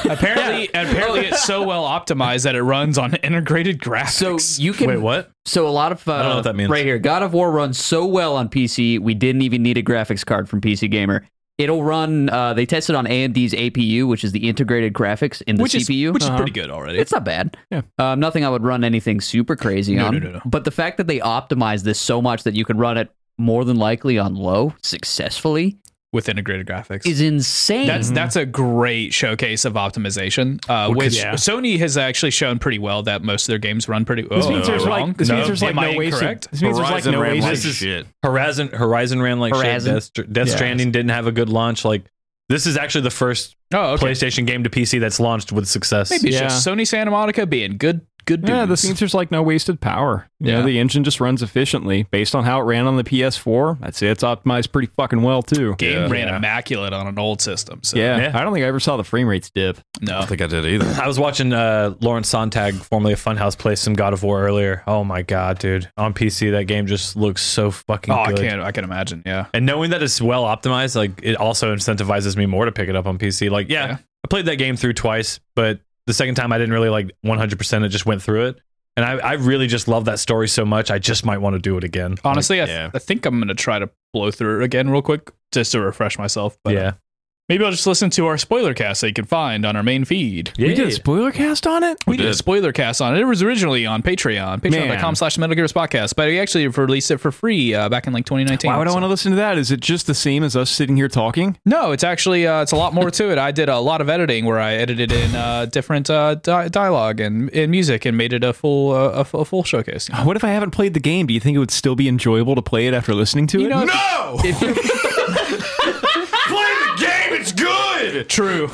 Speaker 4: Apparently, apparently it's so well optimized that it runs on integrated
Speaker 6: So
Speaker 4: graphics.
Speaker 6: you can.
Speaker 2: Wait, what?
Speaker 6: So a lot of uh,
Speaker 2: don't know what that means.
Speaker 6: right here, God of War runs so well on PC, we didn't even need a graphics card from PC Gamer. It'll run. Uh, they tested on AMD's APU, which is the integrated graphics in the
Speaker 4: which
Speaker 6: CPU,
Speaker 4: is which is pretty good already.
Speaker 6: it's not bad.
Speaker 5: Uh-huh. Yeah.
Speaker 6: Um, nothing I would run anything super crazy
Speaker 4: No,
Speaker 6: on.
Speaker 4: no, no, no.
Speaker 6: But the fact that they optimized this so much that you could run it more than likely on low successfully
Speaker 4: with integrated graphics.
Speaker 6: is insane.
Speaker 5: Mm-hmm.
Speaker 4: That's that's a great showcase of optimization, uh, which
Speaker 2: yeah.
Speaker 4: Sony has actually shown pretty well that most of their games run pretty.
Speaker 5: This
Speaker 4: oh,
Speaker 5: means
Speaker 4: am I
Speaker 5: there's
Speaker 4: wrong?
Speaker 5: like this means there's like
Speaker 4: Am I
Speaker 5: no wasted.
Speaker 4: incorrect?
Speaker 5: This means there's like
Speaker 3: Horizon
Speaker 5: no
Speaker 3: ran like
Speaker 5: wasted.
Speaker 3: shit.
Speaker 2: Horizon Horizon ran like
Speaker 6: Horizon.
Speaker 2: shit. Death, Death
Speaker 4: Yeah.
Speaker 2: Stranding didn't have a good launch. Like this is actually the first
Speaker 4: Oh, okay.
Speaker 2: PlayStation game to PC that's launched with success.
Speaker 4: Maybe it's
Speaker 5: Yeah.
Speaker 4: just Sony Santa Monica being good, good dudes.
Speaker 5: Yeah, this means there's like no wasted power. You know,
Speaker 4: Yeah.
Speaker 5: the engine just runs efficiently based on how it ran on the PS4. I'd say it's optimized pretty fucking well too.
Speaker 4: game
Speaker 3: Yeah.
Speaker 4: ran
Speaker 5: Yeah.
Speaker 4: immaculate on an old system. So
Speaker 5: Yeah,
Speaker 2: Yeah.
Speaker 5: I don't think I ever saw the frame rates dip.
Speaker 3: I
Speaker 4: no,
Speaker 3: don't think I did either.
Speaker 2: I was watching uh, Lauren Sontag, formerly of Funhouse, play some God of War earlier. Oh my god, dude! On PC, that game just looks so fucking
Speaker 4: oh, I
Speaker 2: good.
Speaker 4: can I can imagine. Yeah,
Speaker 2: And knowing that it's well optimized, like it also incentivizes me more to pick it up on PC. Like, yeah,
Speaker 4: Yeah.
Speaker 2: I played that game through twice, but the second time I didn't really like 100%. It just went through it, and I, I really just love that story so much. I just might want to do it again.
Speaker 4: honestly, I, th-
Speaker 3: yeah.
Speaker 4: I think I'm gonna try to blow through it again real quick just to refresh myself. But
Speaker 2: yeah,
Speaker 4: Maybe I'll just listen to our spoiler cast that you can find on our main feed.
Speaker 2: Yeah.
Speaker 5: We did a spoiler cast on it?
Speaker 4: We did a spoiler cast on it. It was originally on Patreon, patreon.com slash Metal Gear Podcast, but we actually released it for free uh, back in like 2019.
Speaker 5: Why would I
Speaker 4: So-
Speaker 5: want to listen to that? Is it just the same as us sitting here talking?
Speaker 4: No, it's actually uh, it's a lot more to it. I did a lot of editing where I edited in uh, different uh, di- dialogue and, and music and made it a full uh, a, f- a full showcase.
Speaker 5: What if I haven't played the game? Do you think it would still be enjoyable to play it after listening to it?
Speaker 4: know,
Speaker 3: No! Play the game, it's good!
Speaker 4: True.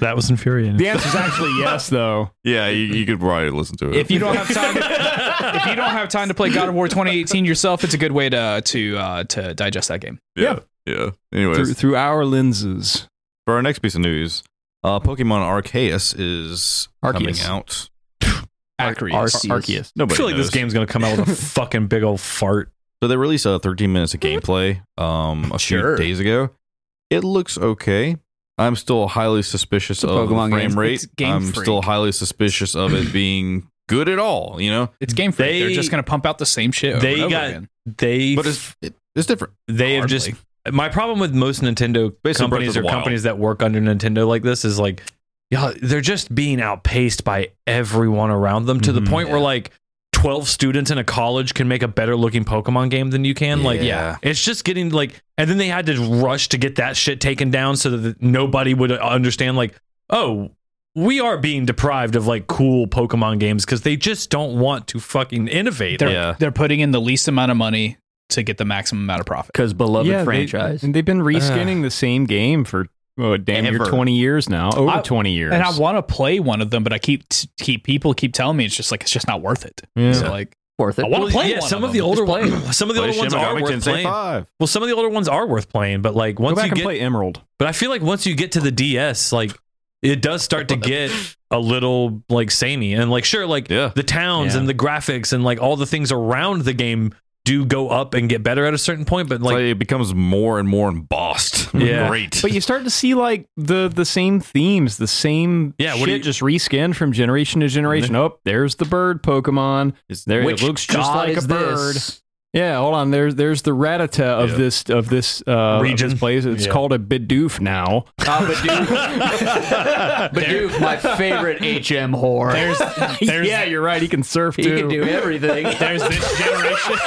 Speaker 2: That was infuriating.
Speaker 5: The answer is actually yes, though.
Speaker 3: Yeah, you, you could probably listen to it.
Speaker 4: If you don't have time, to, if you don't have time to play God of War 2018 yourself, it's a good way to to uh, to digest that game.
Speaker 3: yeah. Yeah. Anyways.
Speaker 5: Through, through our lenses.
Speaker 3: For our next piece of news, uh, Pokemon Arceus is coming
Speaker 5: Arceus.
Speaker 3: out.
Speaker 6: Arceus.
Speaker 3: Nobody
Speaker 2: I feel like
Speaker 3: knows.
Speaker 2: this game's gonna come out with a fucking big old fart.
Speaker 3: So they released uh, 13 minutes of gameplay um, a
Speaker 4: Sure.
Speaker 3: few days ago. It looks okay. I'm still highly suspicious
Speaker 6: a
Speaker 3: of the
Speaker 6: Pokemon
Speaker 3: frame
Speaker 6: game.
Speaker 4: It's
Speaker 3: rate.
Speaker 4: Game
Speaker 3: I'm
Speaker 4: Freak.
Speaker 3: still highly suspicious of it being good at all. You know,
Speaker 4: It's Game Freak. They're
Speaker 2: They-
Speaker 4: just gonna pump out the same shit. Over
Speaker 2: they
Speaker 4: and over
Speaker 2: got-
Speaker 4: again.
Speaker 2: They
Speaker 3: but it's it, it's different.
Speaker 2: they have just my problem with most Nintendo
Speaker 3: Basically Breath of
Speaker 2: companies
Speaker 3: the
Speaker 2: or
Speaker 3: Wild.
Speaker 2: companies that work under Nintendo like this is like, yeah, they're just being outpaced by everyone around them to
Speaker 5: Mhm.
Speaker 3: Mm-hmm.
Speaker 2: the point where like twelve students in a college can make a better looking Pokemon game than you can. Like,
Speaker 3: Yeah.
Speaker 2: it's just getting like, and then they had to rush to get that shit taken down so that nobody would understand. Like, oh. We are being deprived of like cool Pokemon games because they just don't want to fucking innovate.
Speaker 4: They're
Speaker 3: yeah.
Speaker 4: they're putting in the least amount of money to get the maximum amount of profit.
Speaker 6: Because beloved
Speaker 5: they-
Speaker 6: franchise.
Speaker 5: and they've been reskinning the same game for oh, damn near
Speaker 3: Ever.
Speaker 5: 20 years now. Over
Speaker 4: I-
Speaker 5: 20 years.
Speaker 4: And I want to play one of them, but I keep keep people keep telling me it's just like it's just not worth it.
Speaker 5: Yeah.
Speaker 4: So like
Speaker 6: Worth it.
Speaker 4: I want to play
Speaker 2: yeah,
Speaker 4: one
Speaker 2: some
Speaker 4: of,
Speaker 2: of the
Speaker 4: them.
Speaker 2: older
Speaker 4: Just play
Speaker 2: ones, some of the
Speaker 3: Play
Speaker 2: older ones
Speaker 3: Shin
Speaker 2: are
Speaker 3: Megami
Speaker 2: worth
Speaker 3: Tensei
Speaker 2: playing.
Speaker 3: 5.
Speaker 2: Well, some of the older ones are worth playing, but like
Speaker 5: Go
Speaker 2: once
Speaker 5: back
Speaker 2: you
Speaker 5: and
Speaker 2: get,
Speaker 5: play Emerald.
Speaker 2: but I feel like once you get to the DS, like it does start to get a little like samey and like sure, like
Speaker 3: Yeah.
Speaker 2: the towns
Speaker 5: Yeah.
Speaker 2: and the graphics and like all the things around the game do go up and get better at a certain point, but
Speaker 3: It's
Speaker 2: like,
Speaker 3: like it becomes more and more embossed.
Speaker 2: Yeah.
Speaker 3: great.
Speaker 5: But you start to see like the the same themes, the same
Speaker 2: Yeah,
Speaker 5: shit
Speaker 2: what do you-
Speaker 5: just reskinned from generation to generation. Oh, there's the bird Pokemon.
Speaker 3: It's-
Speaker 5: There
Speaker 6: Which
Speaker 5: it looks just
Speaker 6: god
Speaker 5: like a
Speaker 6: is
Speaker 5: bird.
Speaker 6: this?
Speaker 5: Yeah, hold on. There's there's the Ratata of
Speaker 3: Yeah.
Speaker 5: this of this uh, of
Speaker 2: Region.
Speaker 5: this place. It's
Speaker 2: Yeah.
Speaker 5: called a Bidoof now.
Speaker 6: Uh, Bidoof, my favorite HM whore.
Speaker 4: There's,
Speaker 5: yeah, you're right. He can surf
Speaker 6: he
Speaker 5: too.
Speaker 6: can do everything.
Speaker 4: there's this generation.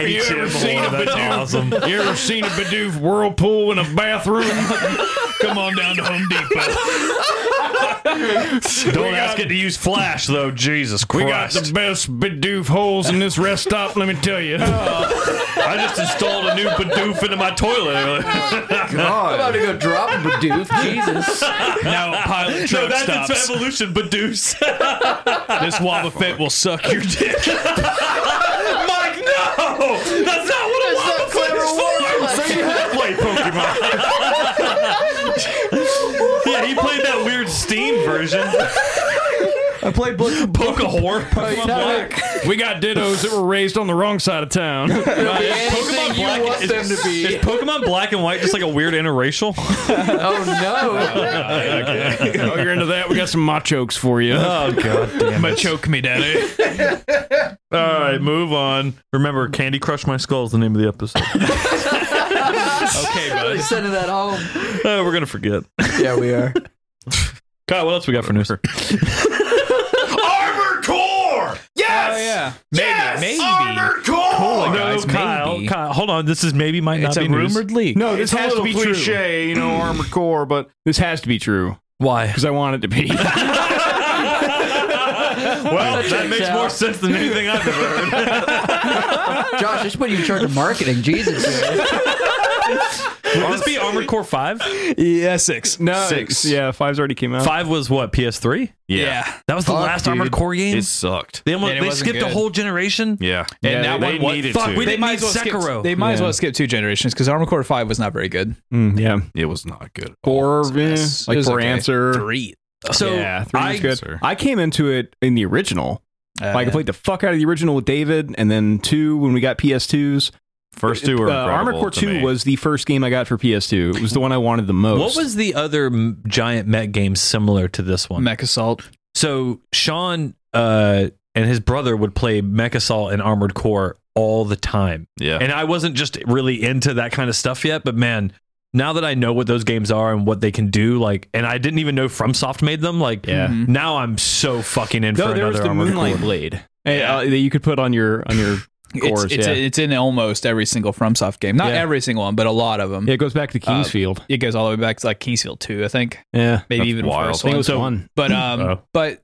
Speaker 2: HM horn, that's awesome.
Speaker 3: you ever seen a Bidoof whirlpool in a bathroom?
Speaker 4: Come on down to Home Depot.
Speaker 2: Don't ask it to use flash though. Jesus Christ!
Speaker 3: best Bidoof holes in this rest stop, let me tell you.
Speaker 2: I just installed a new Bidoof into my toilet.
Speaker 6: I'm about to go drop Bidoof. Jesus.
Speaker 4: Now a pilot truck stops.
Speaker 2: evolution, Bidoof.
Speaker 4: This Wobbuffet will suck your dick.
Speaker 2: Mike, no! That's not what a
Speaker 6: not clever
Speaker 2: for! So you have played Pokemon. yeah, he played that weird Steam version.
Speaker 5: I played
Speaker 2: Poke a whore. Pokemon Black.
Speaker 5: We got dittos that were raised on the wrong side of town.
Speaker 6: Anything you want
Speaker 2: is,
Speaker 6: them to be.
Speaker 2: is Pokemon Black and White just like a weird interracial?
Speaker 6: Oh
Speaker 5: oh, you're into that? We got some Machokes for you.
Speaker 2: Oh, god damn
Speaker 4: But choke me, daddy.
Speaker 2: All right, move on. Remember, Candy Crush My Skull is the name of the episode.
Speaker 6: no. Really sending that home.
Speaker 2: Uh, we're going to forget.
Speaker 6: Yeah, we are.
Speaker 2: Kyle, what else we got for news?
Speaker 3: Armored Core! Yes!
Speaker 4: Oh, yeah. Maybe,
Speaker 3: Yes!
Speaker 4: maybe.
Speaker 3: Armored Core!
Speaker 4: guys,
Speaker 2: no, Kyle,
Speaker 4: maybe.
Speaker 2: Kyle, hold on. This is maybe might not
Speaker 4: It's
Speaker 2: be
Speaker 4: a
Speaker 2: news.
Speaker 4: rumored leak.
Speaker 3: Oh,
Speaker 5: No, this has to be true.
Speaker 3: you know, Armored Core, but
Speaker 5: This has to be true
Speaker 2: Why?
Speaker 5: because I want it to be.
Speaker 2: Well,
Speaker 6: That
Speaker 2: that
Speaker 6: checks
Speaker 2: makes more
Speaker 6: out.
Speaker 2: sense than anything I've ever heard.
Speaker 6: Josh, this is what you charge of marketing. Jesus. man.
Speaker 2: Would this be Armored Core 5?
Speaker 4: Yeah, six.
Speaker 5: no,
Speaker 3: Six.
Speaker 5: Yeah, five's already came out.
Speaker 2: 5 was what, PS3?
Speaker 3: yeah,
Speaker 4: Yeah.
Speaker 2: That was the
Speaker 6: Fuck,
Speaker 2: last
Speaker 6: dude.
Speaker 2: Armored Core game?
Speaker 3: it sucked.
Speaker 2: they almost,
Speaker 4: And it
Speaker 2: they
Speaker 4: wasn't
Speaker 2: skipped a
Speaker 4: good.
Speaker 2: whole generation?
Speaker 3: Yeah,
Speaker 4: And
Speaker 5: Yeah,
Speaker 4: that
Speaker 3: they
Speaker 4: one was-
Speaker 3: needed
Speaker 2: Fuck,
Speaker 3: to.
Speaker 2: we
Speaker 4: They
Speaker 2: didn't
Speaker 4: might
Speaker 2: need
Speaker 4: as well
Speaker 2: Sekiro.
Speaker 4: skip. They might as
Speaker 5: Yeah.
Speaker 4: well skip two generations because Armored Core Five was not very good.
Speaker 5: Mm, yeah,
Speaker 3: it was not good.
Speaker 5: four, eh,
Speaker 4: Yes. It
Speaker 5: like
Speaker 4: was
Speaker 5: for
Speaker 4: okay.
Speaker 5: answer.
Speaker 4: Three.
Speaker 2: So
Speaker 5: yeah, three
Speaker 2: I,
Speaker 5: was good.
Speaker 3: sir.
Speaker 5: I came into it in the original.
Speaker 4: Uh,
Speaker 5: like I played the fuck out of the original with David, and then two when we got PS2s.
Speaker 3: First two were
Speaker 5: uh, Armored
Speaker 3: incredible
Speaker 5: Core
Speaker 3: to
Speaker 5: Two
Speaker 3: me.
Speaker 5: was the first game I got for PS2. It was the one I wanted the most.
Speaker 2: What was the other m- giant mech game similar to this one?
Speaker 4: Mech Assault.
Speaker 2: So Sean uh, and his brother would play Mech Assault and Armored Core all the time.
Speaker 3: Yeah.
Speaker 2: And I wasn't just really into that kind of stuff yet, but man, now that I know what those games are and what they can do, like, and I didn't even know FromSoft made them, like,
Speaker 5: Yeah.
Speaker 4: Mhm.
Speaker 2: now I'm so fucking in for
Speaker 5: No, there
Speaker 2: another
Speaker 5: was the
Speaker 2: Armored
Speaker 5: Moonlight
Speaker 2: Core.
Speaker 5: Blade uh, that you could put on your on your.
Speaker 4: It's,
Speaker 5: Cores,
Speaker 4: it's,
Speaker 5: yeah.
Speaker 4: it's in almost every single FromSoft game. Not
Speaker 2: Yeah.
Speaker 4: every single one, but a lot of them.
Speaker 5: Yeah, it goes back to Kingsfield.
Speaker 4: It goes all the way back to like Kingsfield 2, I think.
Speaker 5: yeah,
Speaker 4: Maybe
Speaker 3: That's
Speaker 4: even the
Speaker 3: wild.
Speaker 5: I
Speaker 4: first
Speaker 5: think it
Speaker 4: one.
Speaker 5: was one.
Speaker 4: But um,
Speaker 2: Oh.
Speaker 4: but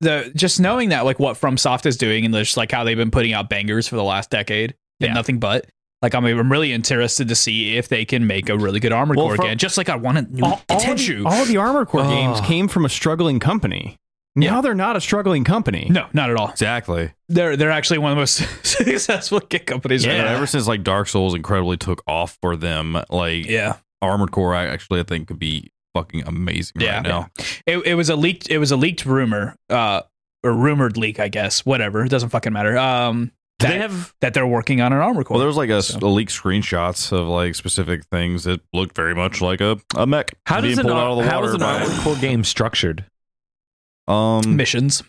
Speaker 4: the just knowing that like what FromSoft is doing and just like how they've been putting out bangers for the last decade
Speaker 2: Yeah.
Speaker 4: and nothing but. Like I'm, I'm really interested to see if they can make a really good armored
Speaker 2: Well,
Speaker 4: core
Speaker 2: From-
Speaker 4: again, just like I wanted new
Speaker 5: All, all the,
Speaker 4: Tenchu.
Speaker 5: all the Armor Core
Speaker 2: Oh.
Speaker 5: games came from a struggling company. Now
Speaker 4: Yeah.
Speaker 5: they're not a struggling company.
Speaker 4: no, not at all.
Speaker 3: Exactly.
Speaker 4: They're they're actually one of the most successful kit companies.
Speaker 3: Yeah.
Speaker 4: I've ever-
Speaker 3: Ever since like Dark Souls incredibly took off for them, like
Speaker 4: yeah.
Speaker 3: Armored Core, I actually I think could be fucking amazing
Speaker 4: Yeah.
Speaker 3: right now.
Speaker 4: It, it was a leaked it was a leaked rumor, uh, or rumored leak, I guess. Whatever, it doesn't fucking matter. Um,
Speaker 2: Do
Speaker 4: that,
Speaker 2: they have
Speaker 4: that they're working on an armored core.
Speaker 3: Well, there was like a,
Speaker 4: So-
Speaker 3: a leaked screenshots of like specific things that looked very much like a, a mech
Speaker 2: how
Speaker 3: being
Speaker 2: does an,
Speaker 3: pulled out of the
Speaker 2: how is
Speaker 3: water.
Speaker 2: an Armored Core game structured?
Speaker 3: by, um,
Speaker 4: missions.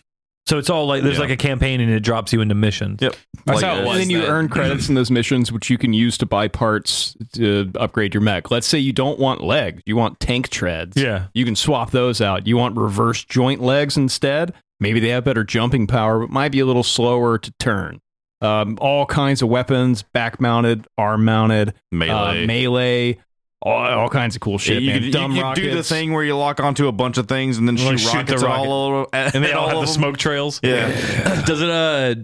Speaker 2: So it's all like there's
Speaker 3: Yeah.
Speaker 2: like a campaign and it drops you into missions.
Speaker 3: Yeah.
Speaker 4: That's how it
Speaker 3: uh,
Speaker 4: was.
Speaker 5: And then you
Speaker 4: that-
Speaker 5: earn credits in those missions, which you can use to buy parts to upgrade your mech. Let's say you don't want legs, you want tank treads.
Speaker 2: Yeah.
Speaker 5: You can swap those out. You want reverse joint legs instead? Maybe they have better jumping power, but might be a little slower to turn. Um, all kinds of weapons, back mounted, arm mounted,
Speaker 3: melee.
Speaker 5: uh, melee, all, all kinds of cool shit.
Speaker 3: you
Speaker 5: man.
Speaker 3: could,
Speaker 5: Dumb
Speaker 3: you could do the
Speaker 5: rockets.
Speaker 3: thing where you lock onto a bunch of things and then
Speaker 2: Like
Speaker 3: shoot,
Speaker 2: shoot the
Speaker 3: rockets at
Speaker 2: rocket.
Speaker 3: all over, at,
Speaker 2: And they
Speaker 3: at
Speaker 2: all have the
Speaker 3: of them.
Speaker 2: smoke trails.
Speaker 3: Yeah,
Speaker 2: Does it uh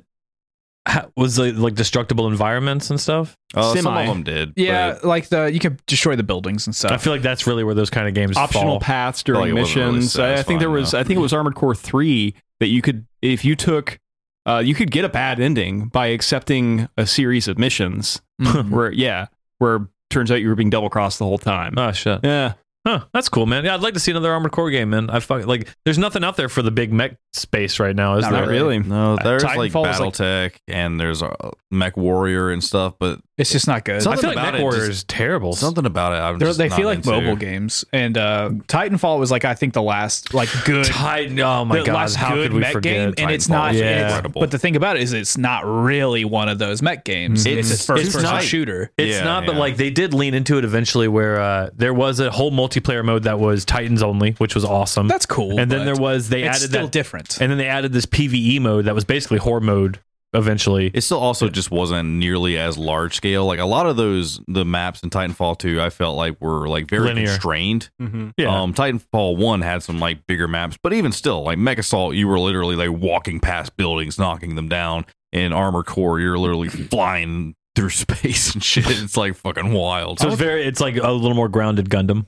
Speaker 2: ha- was it like destructible environments and stuff?
Speaker 3: uh, some
Speaker 5: Semi.
Speaker 3: of them did.
Speaker 4: Yeah,
Speaker 3: but-
Speaker 4: like the you could destroy the buildings and
Speaker 2: I
Speaker 4: stuff.
Speaker 2: feel like that's really where those kind of games
Speaker 5: optional
Speaker 2: fall.
Speaker 5: paths during
Speaker 3: Like, it wasn't really
Speaker 5: missions. I I think there
Speaker 3: satisfying,
Speaker 5: was,
Speaker 3: though.
Speaker 5: I think it was Armored Core three that you could, if you took, uh, you could get a bad ending by accepting a series of missions
Speaker 4: Mhm.
Speaker 5: where, yeah, where turns out you were being double crossed the whole time.
Speaker 3: Ah,
Speaker 2: Oh shit!
Speaker 5: yeah,
Speaker 2: Huh, that's cool, man. Yeah, I'd like to see another Armored Core game, man. I fuck like. There's nothing out there for the big mech space right now, is
Speaker 4: Not
Speaker 2: there?
Speaker 5: not really.
Speaker 3: no, there's like
Speaker 5: Titanfall was, like-
Speaker 3: BattleTech and there's uh, Mech Warrior and stuff, but
Speaker 4: It's just not good.
Speaker 2: I
Speaker 3: Something
Speaker 2: feel like
Speaker 3: about
Speaker 2: Mech
Speaker 3: it just-
Speaker 2: Warrior is terrible.
Speaker 3: something about it. I'm
Speaker 4: They're-
Speaker 3: just
Speaker 4: they
Speaker 3: not
Speaker 4: feel like
Speaker 3: into.
Speaker 4: mobile games, and uh, Titanfall was like I think the last like good,
Speaker 2: Titan. Oh my
Speaker 4: the
Speaker 2: god!
Speaker 4: last
Speaker 2: How
Speaker 4: good
Speaker 2: could we
Speaker 4: mech
Speaker 2: forget?
Speaker 4: game, and it's not.
Speaker 3: Titanfall is
Speaker 4: it's-
Speaker 3: incredible.
Speaker 4: but the thing about it is, it's not really one of those mech games.
Speaker 2: Mhm.
Speaker 4: It's,
Speaker 2: It's-
Speaker 4: a first
Speaker 2: it's
Speaker 4: person
Speaker 2: not.
Speaker 4: shooter.
Speaker 2: It's
Speaker 3: Yeah,
Speaker 2: not, but
Speaker 3: yeah.
Speaker 2: like they did lean into it eventually, where uh, there was a whole multiplayer mode that was Titans only, which was awesome.
Speaker 4: That's cool.
Speaker 2: and then
Speaker 4: but
Speaker 2: there was they
Speaker 4: it's
Speaker 2: added
Speaker 4: still
Speaker 2: that,
Speaker 4: different.
Speaker 2: and then they added this PVE mode that was basically horde mode. Eventually,
Speaker 3: It still also just wasn't nearly as large scale. Like a lot of those, the maps in Titanfall two, I felt like were like very
Speaker 2: Linear.
Speaker 3: constrained.
Speaker 2: yeah,
Speaker 3: Um, Titanfall one had some like bigger maps, but even still, like Mech Assault, you were literally like walking past buildings, knocking them down. In Armor Core, you're literally flying through space and shit. It's like fucking wild.
Speaker 2: so it's very it's like a little more grounded Gundam.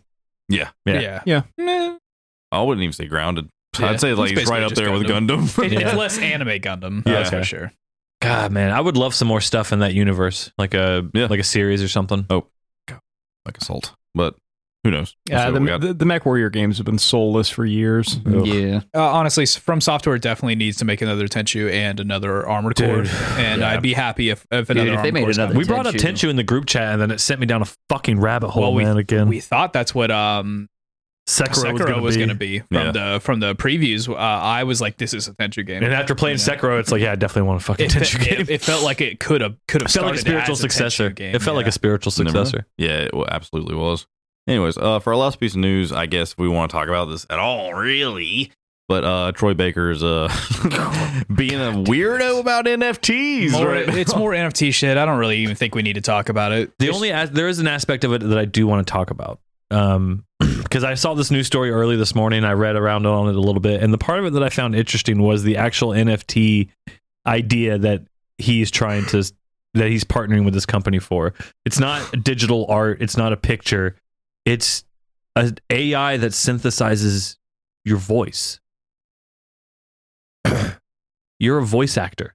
Speaker 3: yeah,
Speaker 2: yeah.
Speaker 3: I wouldn't even say grounded.
Speaker 4: Yeah.
Speaker 3: I'd say
Speaker 4: It's
Speaker 3: like it's
Speaker 4: basically
Speaker 3: right up
Speaker 4: just
Speaker 3: there with Gundam.
Speaker 4: It-
Speaker 2: Yeah.
Speaker 4: It's less anime Gundam.
Speaker 2: Yeah.
Speaker 4: that's for sure.
Speaker 2: God, man, I would love some more stuff in that universe, like a
Speaker 3: Yeah.
Speaker 2: like a series or something.
Speaker 3: Mech Assault, but who knows? We'll see
Speaker 5: Yeah,
Speaker 3: what
Speaker 5: Uh, the,
Speaker 3: we got.
Speaker 5: the, the Mech Warrior games have been soulless for years. Mm-hmm.
Speaker 6: Yeah.
Speaker 4: Uh, honestly, s- From Software definitely needs to make another Tenchu and another Armored Core,
Speaker 2: Dude.
Speaker 4: and
Speaker 2: Yeah.
Speaker 4: I'd be happy if, if
Speaker 6: Dude,
Speaker 4: another
Speaker 6: if they
Speaker 4: Armored
Speaker 6: made
Speaker 4: Core is
Speaker 6: another
Speaker 4: coming.
Speaker 2: We brought up
Speaker 6: Tenchu.
Speaker 2: Tenchu in the group chat, and then it sent me down a fucking rabbit hole,
Speaker 4: Well, we-
Speaker 2: man. Again,
Speaker 4: we thought that's what um
Speaker 2: Sekiro,
Speaker 4: Sekiro,
Speaker 2: was gonna
Speaker 4: was
Speaker 2: be.
Speaker 4: going to be, from the from the previews. Uh, I was like, this is a Tenchu game.
Speaker 2: And after playing
Speaker 4: Yeah.
Speaker 2: Sekiro, it's like, yeah, I definitely want a fucking
Speaker 4: it,
Speaker 2: Tenchu
Speaker 4: fe-
Speaker 2: game.
Speaker 4: it, it felt like it could have could have
Speaker 2: It felt like a spiritual successor.
Speaker 4: Game.
Speaker 2: it felt like a spiritual
Speaker 3: Never know.
Speaker 2: successor.
Speaker 3: Yeah, it wa- absolutely was. Anyways, uh, for our last piece of news, I guess we want to talk about this at all, really. But uh, Troy Baker's uh, being a weirdo about NFTs.
Speaker 4: More,
Speaker 3: right?
Speaker 4: It's more NFT shit. I don't really even think we need to talk about it.
Speaker 2: The only as- there is an aspect of it that I do want to talk about. Um, because I saw this news story early this morning, I read around on it a little bit, and the part of it that I found interesting was the actual NFT idea that he's trying to that he's partnering with this company for. It's not digital art, it's not a picture, it's an AI that synthesizes your voice. You're a voice actor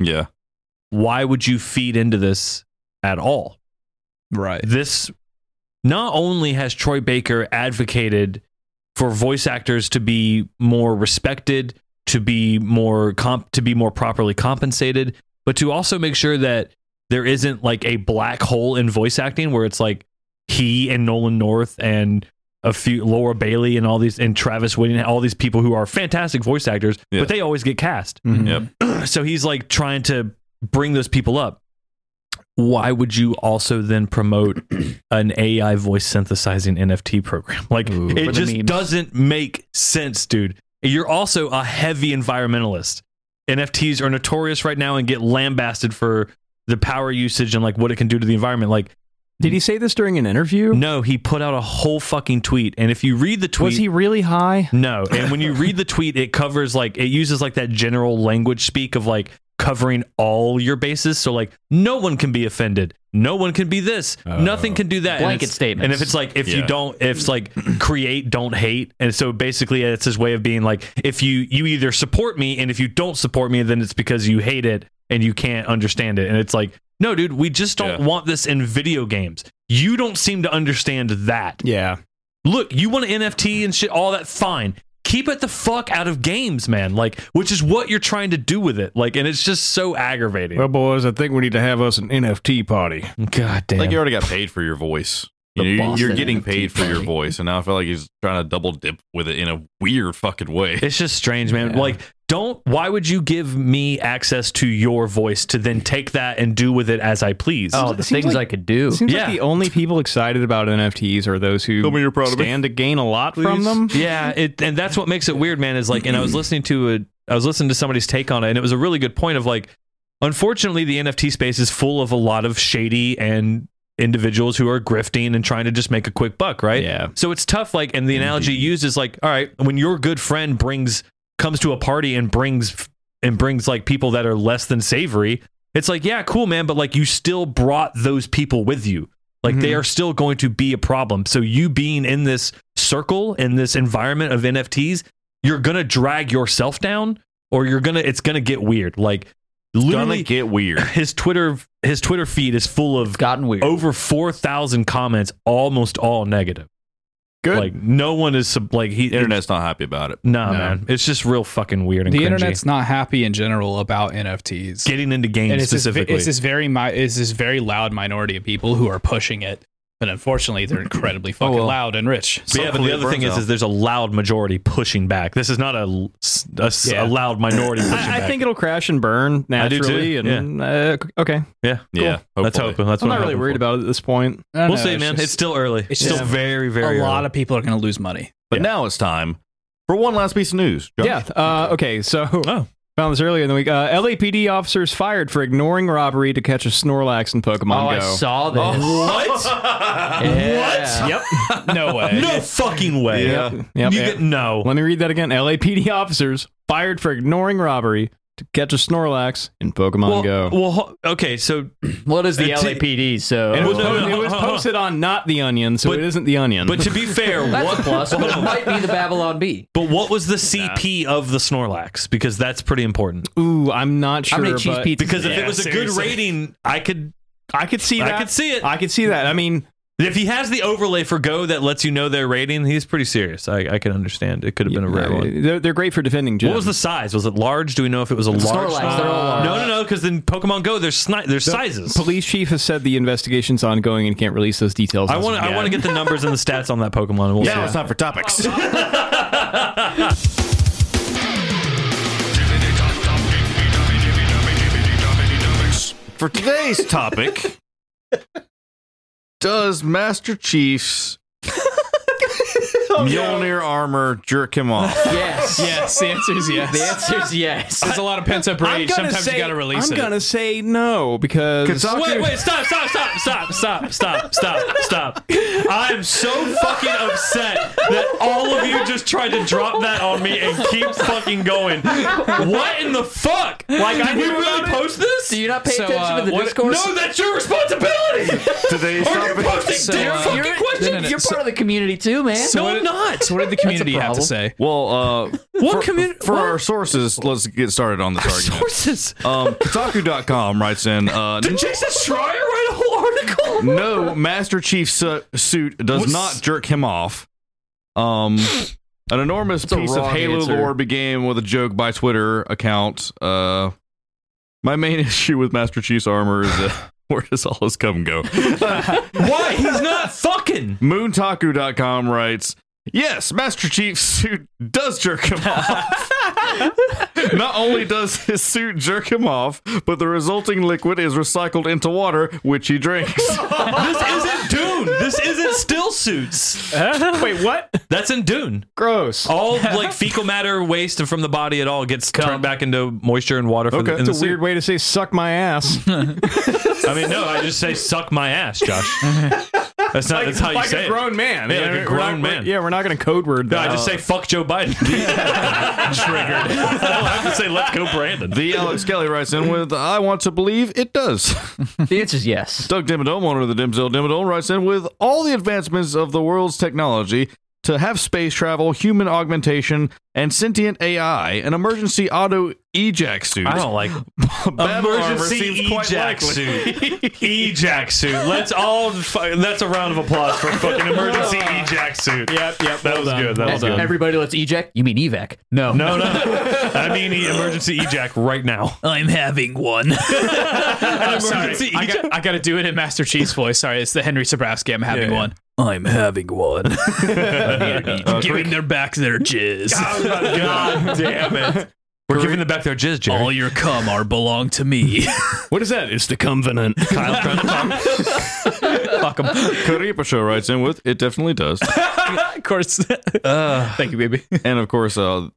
Speaker 3: yeah,
Speaker 2: why would you feed into this at all?
Speaker 4: right.
Speaker 2: This not only has Troy Baker advocated for voice actors to be more respected, to be more comp- to be more properly compensated, but to also make sure that there isn't like a black hole in voice acting where it's like he and Nolan North and a few Laura Bailey and all these and Travis Whitten, all these people who are fantastic voice actors,
Speaker 5: Mm-hmm.
Speaker 3: Yeah.
Speaker 6: Mm-hmm.
Speaker 2: but they always get cast
Speaker 3: Yep.
Speaker 2: so he's like trying to bring those people up. why would you also then promote an AI voice synthesizing NFT program? Like
Speaker 6: For the
Speaker 2: it just
Speaker 6: memes.
Speaker 2: doesn't make sense, dude. You're also a heavy environmentalist. NFTs are notorious right now and get lambasted for the power usage and like what it can do to the environment. Like
Speaker 5: Did he say this during an interview?
Speaker 2: no, he put out a whole fucking tweet and if you read the tweet
Speaker 5: Was he really high?
Speaker 2: no. And when you read the tweet, it covers like it uses like that general language speak of like covering all your bases. So like no one can be offended. No one can be this. Nothing can do that. And
Speaker 6: Blanket
Speaker 2: it's-
Speaker 6: statements.
Speaker 2: And if it's like if you
Speaker 3: Yeah.
Speaker 2: don't if it's like create, don't hate. And so basically it's his way of being like if you you either support me and if you don't support me then it's because you hate it and you can't understand it. And it's like no, dude, we just don't
Speaker 3: Yeah.
Speaker 2: want this in video games. You don't seem to understand that
Speaker 5: Yeah.
Speaker 2: look, you want an NFT and shit, all that, fine. Keep it the fuck out of games, man. Like, which is what you're trying to do with it. Like, and it's just so aggravating.
Speaker 5: Well, boys, I think we need to have us an NFT party.
Speaker 2: God damn.
Speaker 3: Like you already got paid for your voice.
Speaker 6: The
Speaker 3: You
Speaker 6: boss
Speaker 3: are
Speaker 6: of
Speaker 3: getting
Speaker 6: NFT
Speaker 3: paid for your
Speaker 6: party.
Speaker 3: voice, and now I feel like he's trying to double dip with it in a weird fucking way.
Speaker 2: it's just strange, man. Like, don't. Why would you give me access to your voice to then take that and do with it as I please?
Speaker 6: Oh, the
Speaker 5: seems
Speaker 6: things
Speaker 5: like-
Speaker 6: I could do.
Speaker 5: It seems
Speaker 2: Yeah.
Speaker 5: like the only people excited about NFTs are those who
Speaker 3: Tell me you're proud of me.
Speaker 5: stand to gain a lot from
Speaker 3: Please.
Speaker 5: them.
Speaker 2: yeah it and that's what makes it weird man is like and i was listening to a i was listening to somebody's take on it and it was a really good point of like unfortunately the nft space is full of a lot of shady and individuals who are grifting and trying to just make a quick buck right
Speaker 5: Yeah.
Speaker 2: so it's tough like and the analogy
Speaker 3: Mm-hmm.
Speaker 2: used is like all right when your good friend brings comes to a party and brings and brings like people that are less than savory it's like yeah cool man but like you still brought those people with you like
Speaker 3: Mm-hmm.
Speaker 2: they are still going to be a problem. So you being in this circle in this environment of NFTs, you're gonna drag yourself down, or you're gonna it's gonna get weird. Like
Speaker 3: Gonna
Speaker 2: literally,
Speaker 3: get weird.
Speaker 2: his Twitter his Twitter feed is full of
Speaker 6: It's gotten weird.
Speaker 2: over four thousand comments, almost all negative.
Speaker 5: Good.
Speaker 2: Like no one is sub- like he
Speaker 3: The internet's not happy about it.
Speaker 2: Nah,
Speaker 4: No.
Speaker 2: man, it's just real fucking weird and
Speaker 4: the
Speaker 2: cringy.
Speaker 4: internet's not happy in general about NFTs.
Speaker 2: getting into games
Speaker 4: and it's this,
Speaker 2: specifically.
Speaker 4: it's this very mi- it's this very loud minority of people who are pushing it, but unfortunately they're incredibly fucking
Speaker 3: well.
Speaker 4: loud and rich.
Speaker 2: But yeah, but the
Speaker 3: Hopefully it
Speaker 2: other thing
Speaker 3: burns
Speaker 2: is,
Speaker 3: out.
Speaker 2: is there's a loud majority pushing back. This is not a, a, a
Speaker 4: Yeah.
Speaker 2: loud minority pushing
Speaker 5: I, I
Speaker 2: back.
Speaker 5: think it'll crash and burn
Speaker 2: I do too,
Speaker 5: naturally. And uh, okay,
Speaker 2: Yeah,
Speaker 3: Yeah,
Speaker 2: That's
Speaker 3: hopefully.
Speaker 2: hoping. That's
Speaker 5: I'm
Speaker 2: what
Speaker 5: not really
Speaker 2: hoping
Speaker 5: worried
Speaker 2: for.
Speaker 5: about it at this point.
Speaker 4: I don't
Speaker 2: We'll
Speaker 4: know,
Speaker 2: see, man.
Speaker 4: just-
Speaker 2: it's still early. It's
Speaker 4: it's
Speaker 2: still
Speaker 4: just
Speaker 2: very, very.
Speaker 4: a lot of people are going to lose money.
Speaker 3: But
Speaker 2: Yeah.
Speaker 3: now it's time for one last piece of news. Josh.
Speaker 5: Yeah. Uh, okay. So
Speaker 2: Oh.
Speaker 5: found this earlier in the week. Uh, LAPD officers fired for ignoring robbery to catch a Snorlax in
Speaker 6: oh,
Speaker 5: Pokemon
Speaker 6: I
Speaker 5: Go.
Speaker 6: saw this.
Speaker 2: Oh. What?
Speaker 6: Yeah.
Speaker 2: Yep.
Speaker 4: No way.
Speaker 2: No fucking way.
Speaker 3: Yeah.
Speaker 5: Yep. Yep.
Speaker 2: You get no.
Speaker 5: Let me read that again. LAPD officers fired for ignoring robbery to catch a Snorlax in Pokemon
Speaker 2: Well,
Speaker 5: Go.
Speaker 2: well, ho- okay. So,
Speaker 6: What is the
Speaker 2: It did-
Speaker 6: LAPD? So
Speaker 5: it, was
Speaker 2: no,
Speaker 5: po-
Speaker 2: no.
Speaker 5: it was posted on not the Onion, so
Speaker 2: But-
Speaker 5: it isn't the Onion.
Speaker 2: but to be fair,
Speaker 6: that's
Speaker 2: what
Speaker 6: a plus.
Speaker 2: hold
Speaker 6: But it
Speaker 2: on.
Speaker 6: might be the Babylon Bee.
Speaker 2: But what was the CP of the Snorlax? Because that's pretty important.
Speaker 5: ooh, I'm not sure.
Speaker 6: How many cheese
Speaker 5: but-
Speaker 6: pizzas?
Speaker 2: Because if
Speaker 4: Yeah,
Speaker 2: it was a good
Speaker 4: seriously.
Speaker 2: rating, I could.
Speaker 5: I could see
Speaker 2: I
Speaker 5: that.
Speaker 2: could see it.
Speaker 5: I could see that. I mean,
Speaker 2: If he has the overlay for Go that lets you know their rating, he's pretty serious. I, I can understand. It could have been a rare one.
Speaker 5: uh, They're, they're great for defending. Gems.
Speaker 2: What was the size? Was it large? Do we know if it was a
Speaker 6: It's
Speaker 2: large?
Speaker 6: Snorlax,
Speaker 2: size?
Speaker 6: they're all large.
Speaker 2: No, no, no. Because then Pokemon Go, there's sni- there's sizes.
Speaker 5: Police chief has said the investigation's ongoing and can't release those details.
Speaker 2: I want to I want to get the numbers and the stats on that Pokemon. And we'll
Speaker 3: Now it's
Speaker 2: see.
Speaker 3: time for topics. for today's topic, does Master Chief's Mjolnir armor jerk him off?
Speaker 6: Yes.
Speaker 4: Yes, the answer is yes.
Speaker 6: The answer is yes.
Speaker 4: There's a lot of pent up rage. Sometimes you got to release
Speaker 5: I'm
Speaker 4: it.
Speaker 5: gonna say no because
Speaker 3: Kotaku-
Speaker 2: Wait, wait, stop, stop, stop, stop, stop, stop, stop, stop. I'm so fucking upset that all of you just tried to drop that on me and keep fucking going. What in the fuck? Like, I didn't really post this?
Speaker 6: Do you not pay
Speaker 4: So,
Speaker 6: attention
Speaker 4: uh,
Speaker 6: to the
Speaker 4: what-
Speaker 6: discourse?
Speaker 2: No, that's your responsibility!
Speaker 3: Today's
Speaker 2: Are you
Speaker 3: topic.
Speaker 2: posting
Speaker 4: So,
Speaker 2: dick
Speaker 4: uh,
Speaker 2: fucking
Speaker 6: you're,
Speaker 2: questions?
Speaker 4: no, no,
Speaker 6: you're
Speaker 4: so-
Speaker 6: part of the community too, man.
Speaker 4: So what-
Speaker 2: I'm not.
Speaker 4: So what did the community have to
Speaker 6: problem.
Speaker 4: say?
Speaker 3: Well, uh,
Speaker 2: What
Speaker 3: for,
Speaker 2: community-
Speaker 3: for
Speaker 2: what?
Speaker 3: our sources, let's get started on this argument.
Speaker 2: Sources.
Speaker 3: Um, Kotaku.com writes in, uh,
Speaker 2: Did Jason Schreier write a whole article?
Speaker 3: no, Master Chief's su- suit does
Speaker 2: Was-
Speaker 3: not jerk him off. Um, an enormous
Speaker 6: a
Speaker 3: piece of
Speaker 6: wrong
Speaker 3: Halo
Speaker 6: answer.
Speaker 3: lore began with a joke by Twitter account. Uh, my main issue with Master Chief's armor is that where does all his cum go?
Speaker 2: Why? He's not fucking.
Speaker 3: Moontaku.com writes, Yes, Master Chief's suit does jerk him off. Not only does his suit jerk him off, but the resulting liquid is recycled into water, which he drinks.
Speaker 2: this isn't Dune. This isn't Still Suits.
Speaker 5: Wait, what? Oh,
Speaker 2: That's in Dune.
Speaker 5: Gross.
Speaker 2: All like fecal matter, waste from the body, it all gets turned back into moisture and water. For the,
Speaker 3: Okay.
Speaker 2: in
Speaker 5: It's
Speaker 2: the
Speaker 5: a weird way to say "suck my ass."
Speaker 2: suit. I mean, no, I just say suck my ass, Josh. That's not. that's how you
Speaker 5: like
Speaker 2: say
Speaker 5: a
Speaker 2: it.
Speaker 5: grown man.
Speaker 2: Yeah, like a
Speaker 5: we're
Speaker 2: grown
Speaker 5: not-
Speaker 2: man.
Speaker 5: Yeah, we're not going to code word
Speaker 2: No,
Speaker 5: that.
Speaker 2: I just say fuck Joe Biden. Triggered. I have to say let's go Brandon.
Speaker 3: the Alex Kelly writes in with, I want to believe it does.
Speaker 6: The answer's yes.
Speaker 3: Doug Dimmadome, owner of the Dimsdale Dimmadome, writes in with all the advancements of the world's technology to have space travel, human augmentation, and sentient AI, an emergency auto eject suit.
Speaker 2: I don't like
Speaker 3: Battle armor
Speaker 2: emergency
Speaker 3: seems quite
Speaker 2: ejac
Speaker 3: likely.
Speaker 2: suit. ejac suit. Let's all. Fu- that's a round of applause for fucking emergency ejac suit. Yep, yep. That was good. That was good.
Speaker 6: Everybody, let's eject. You mean evac? No.
Speaker 2: No, no. I mean e- emergency ejac right now.
Speaker 4: I'm having one. I'm sorry.
Speaker 2: Emergency
Speaker 4: I got, I got to do it in Master Chief's voice. Sorry, it's the Henry Sobrowski. I'm having one. I'm having one. giving their back their jizz.
Speaker 2: Oh God damn it. We're giving them back their jizz, Jerry.
Speaker 4: All your cum are belong to me.
Speaker 5: what is that? It's the covenant.
Speaker 4: Fuck 'em.
Speaker 3: Karipa Show writes in with, it definitely does.
Speaker 4: of course. Thank you, baby.
Speaker 3: and of course, uh, uh,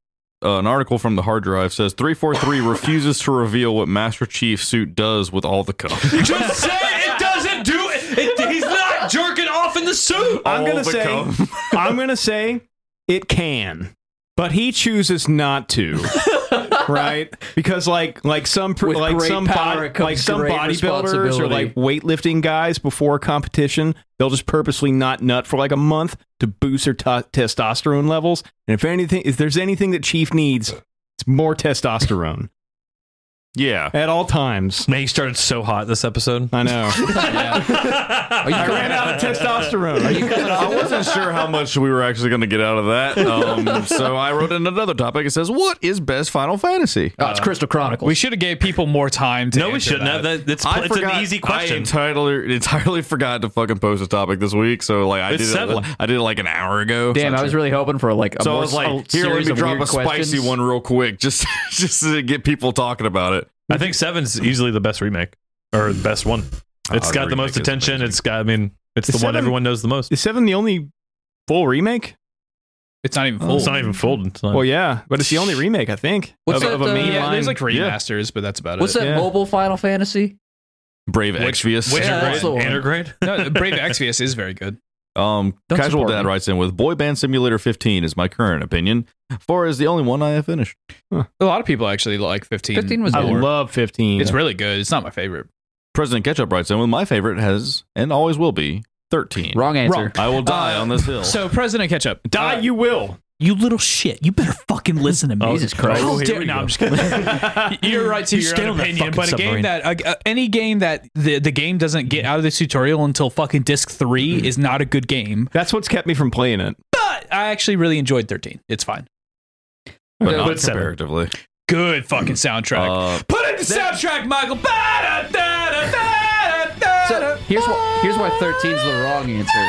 Speaker 3: an article from the hard drive says 343 refuses to reveal what Master Chief suit does with all the cum.
Speaker 2: Just say it doesn't do it. it. He's not jerking off in the suit.
Speaker 5: I'm
Speaker 3: All
Speaker 5: going to
Speaker 3: the
Speaker 5: say.
Speaker 3: cum.
Speaker 5: I'm going to say it can, but he chooses not to. right? Because like like some pr-
Speaker 6: With
Speaker 5: like
Speaker 6: great
Speaker 5: some
Speaker 6: power
Speaker 5: bod-
Speaker 6: comes
Speaker 5: like some
Speaker 6: great
Speaker 5: bodybuilders or
Speaker 6: responsibility.
Speaker 5: like weightlifting guys before a competition, they'll just purposely not nut for like a month to boost their t- testosterone levels. And if anything, if there's anything that Chief needs, it's more testosterone
Speaker 3: yeah.
Speaker 5: at all times.
Speaker 2: Man, he started so hot this episode.
Speaker 5: I know.
Speaker 6: Are you
Speaker 5: I ran out of testosterone.
Speaker 3: I wasn't sure how much we were actually going to get out of that. Um, so I wrote in another topic. It says, What is best Final Fantasy?
Speaker 6: Oh, it's Crystal Chronicles.
Speaker 4: We should have gave people more time to
Speaker 2: No, we
Speaker 4: answer
Speaker 2: shouldn't
Speaker 4: that.
Speaker 2: have. That, it's
Speaker 3: I
Speaker 2: it's
Speaker 3: forgot-
Speaker 2: an easy
Speaker 3: I
Speaker 2: question.
Speaker 3: entirely, entirely forgot to fucking post a topic this week. So like I
Speaker 2: It's
Speaker 3: did
Speaker 2: seven.
Speaker 3: it, li- I did it like an hour ago.
Speaker 6: Damn, I was really hoping for like a
Speaker 3: so
Speaker 6: more
Speaker 3: I was
Speaker 6: a
Speaker 3: like, here, let
Speaker 6: series
Speaker 3: me
Speaker 6: of
Speaker 3: drop
Speaker 6: weird
Speaker 3: a spicy
Speaker 6: questions.
Speaker 3: one real quick, just just to get people talking about it.
Speaker 2: I think Seven's easily the best remake or the best one. It's
Speaker 3: Oh,
Speaker 2: got the
Speaker 3: remake
Speaker 2: most
Speaker 3: is
Speaker 2: attention.
Speaker 3: amazing.
Speaker 2: It's got. I mean, it's the,
Speaker 5: The
Speaker 2: one
Speaker 5: Seven-
Speaker 2: everyone knows the most.
Speaker 5: Is Seven the only full remake?
Speaker 4: It's not even full.
Speaker 2: It's not even folded. It's not-
Speaker 5: Well, yeah, but it's the only remake I think
Speaker 6: What's
Speaker 5: of, of
Speaker 6: that,
Speaker 5: a
Speaker 6: uh,
Speaker 5: main
Speaker 4: yeah,
Speaker 5: line.
Speaker 4: there's like remasters, but that's about
Speaker 6: What's
Speaker 4: it.
Speaker 6: that
Speaker 5: Yeah.
Speaker 6: mobile Final Fantasy?
Speaker 3: Brave
Speaker 4: Which-
Speaker 3: Exvius.
Speaker 4: which-
Speaker 6: yeah, that's the one.
Speaker 2: Intergrade.
Speaker 4: no, Brave Exvius is very good.
Speaker 3: Um,
Speaker 6: Don't
Speaker 3: Casual
Speaker 6: support
Speaker 3: Dad
Speaker 6: me.
Speaker 3: writes in with Boy Band Simulator 15 is my current opinion. Four is the only one I have finished.
Speaker 4: A lot of people actually like 15.
Speaker 6: 15 was
Speaker 5: I
Speaker 6: good.
Speaker 4: more.
Speaker 5: love 15.
Speaker 4: It's really good. It's not my favorite.
Speaker 3: President Ketchup writes in with my favorite has and always will be 13.
Speaker 6: Wrong answer.
Speaker 3: I will die on this hill.
Speaker 4: So, President Ketchup. Uh,
Speaker 5: Die, you will.
Speaker 7: You little shit. You better fucking listen to me.
Speaker 6: Jesus Christ.
Speaker 4: How
Speaker 6: Oh,
Speaker 4: dare- no, I'm just kidding. You're right to
Speaker 7: You
Speaker 4: your
Speaker 7: stay
Speaker 4: own
Speaker 7: on that
Speaker 4: opinion,
Speaker 7: fucking
Speaker 4: but a
Speaker 7: submarine.
Speaker 4: game that uh, uh, any game that the, the game doesn't get out of the tutorial until fucking disc three
Speaker 6: Mm-hmm.
Speaker 4: is not a good game.
Speaker 5: That's what's kept me from playing it.
Speaker 4: But I actually really enjoyed 13. It's fine.
Speaker 3: but not
Speaker 2: But seven.
Speaker 3: comparatively.
Speaker 4: Good fucking soundtrack.
Speaker 3: Uh,
Speaker 4: Put in the soundtrack, Michael. Ba-da-da-da-da-da-da.
Speaker 6: So here's why here's why 13's the wrong answer.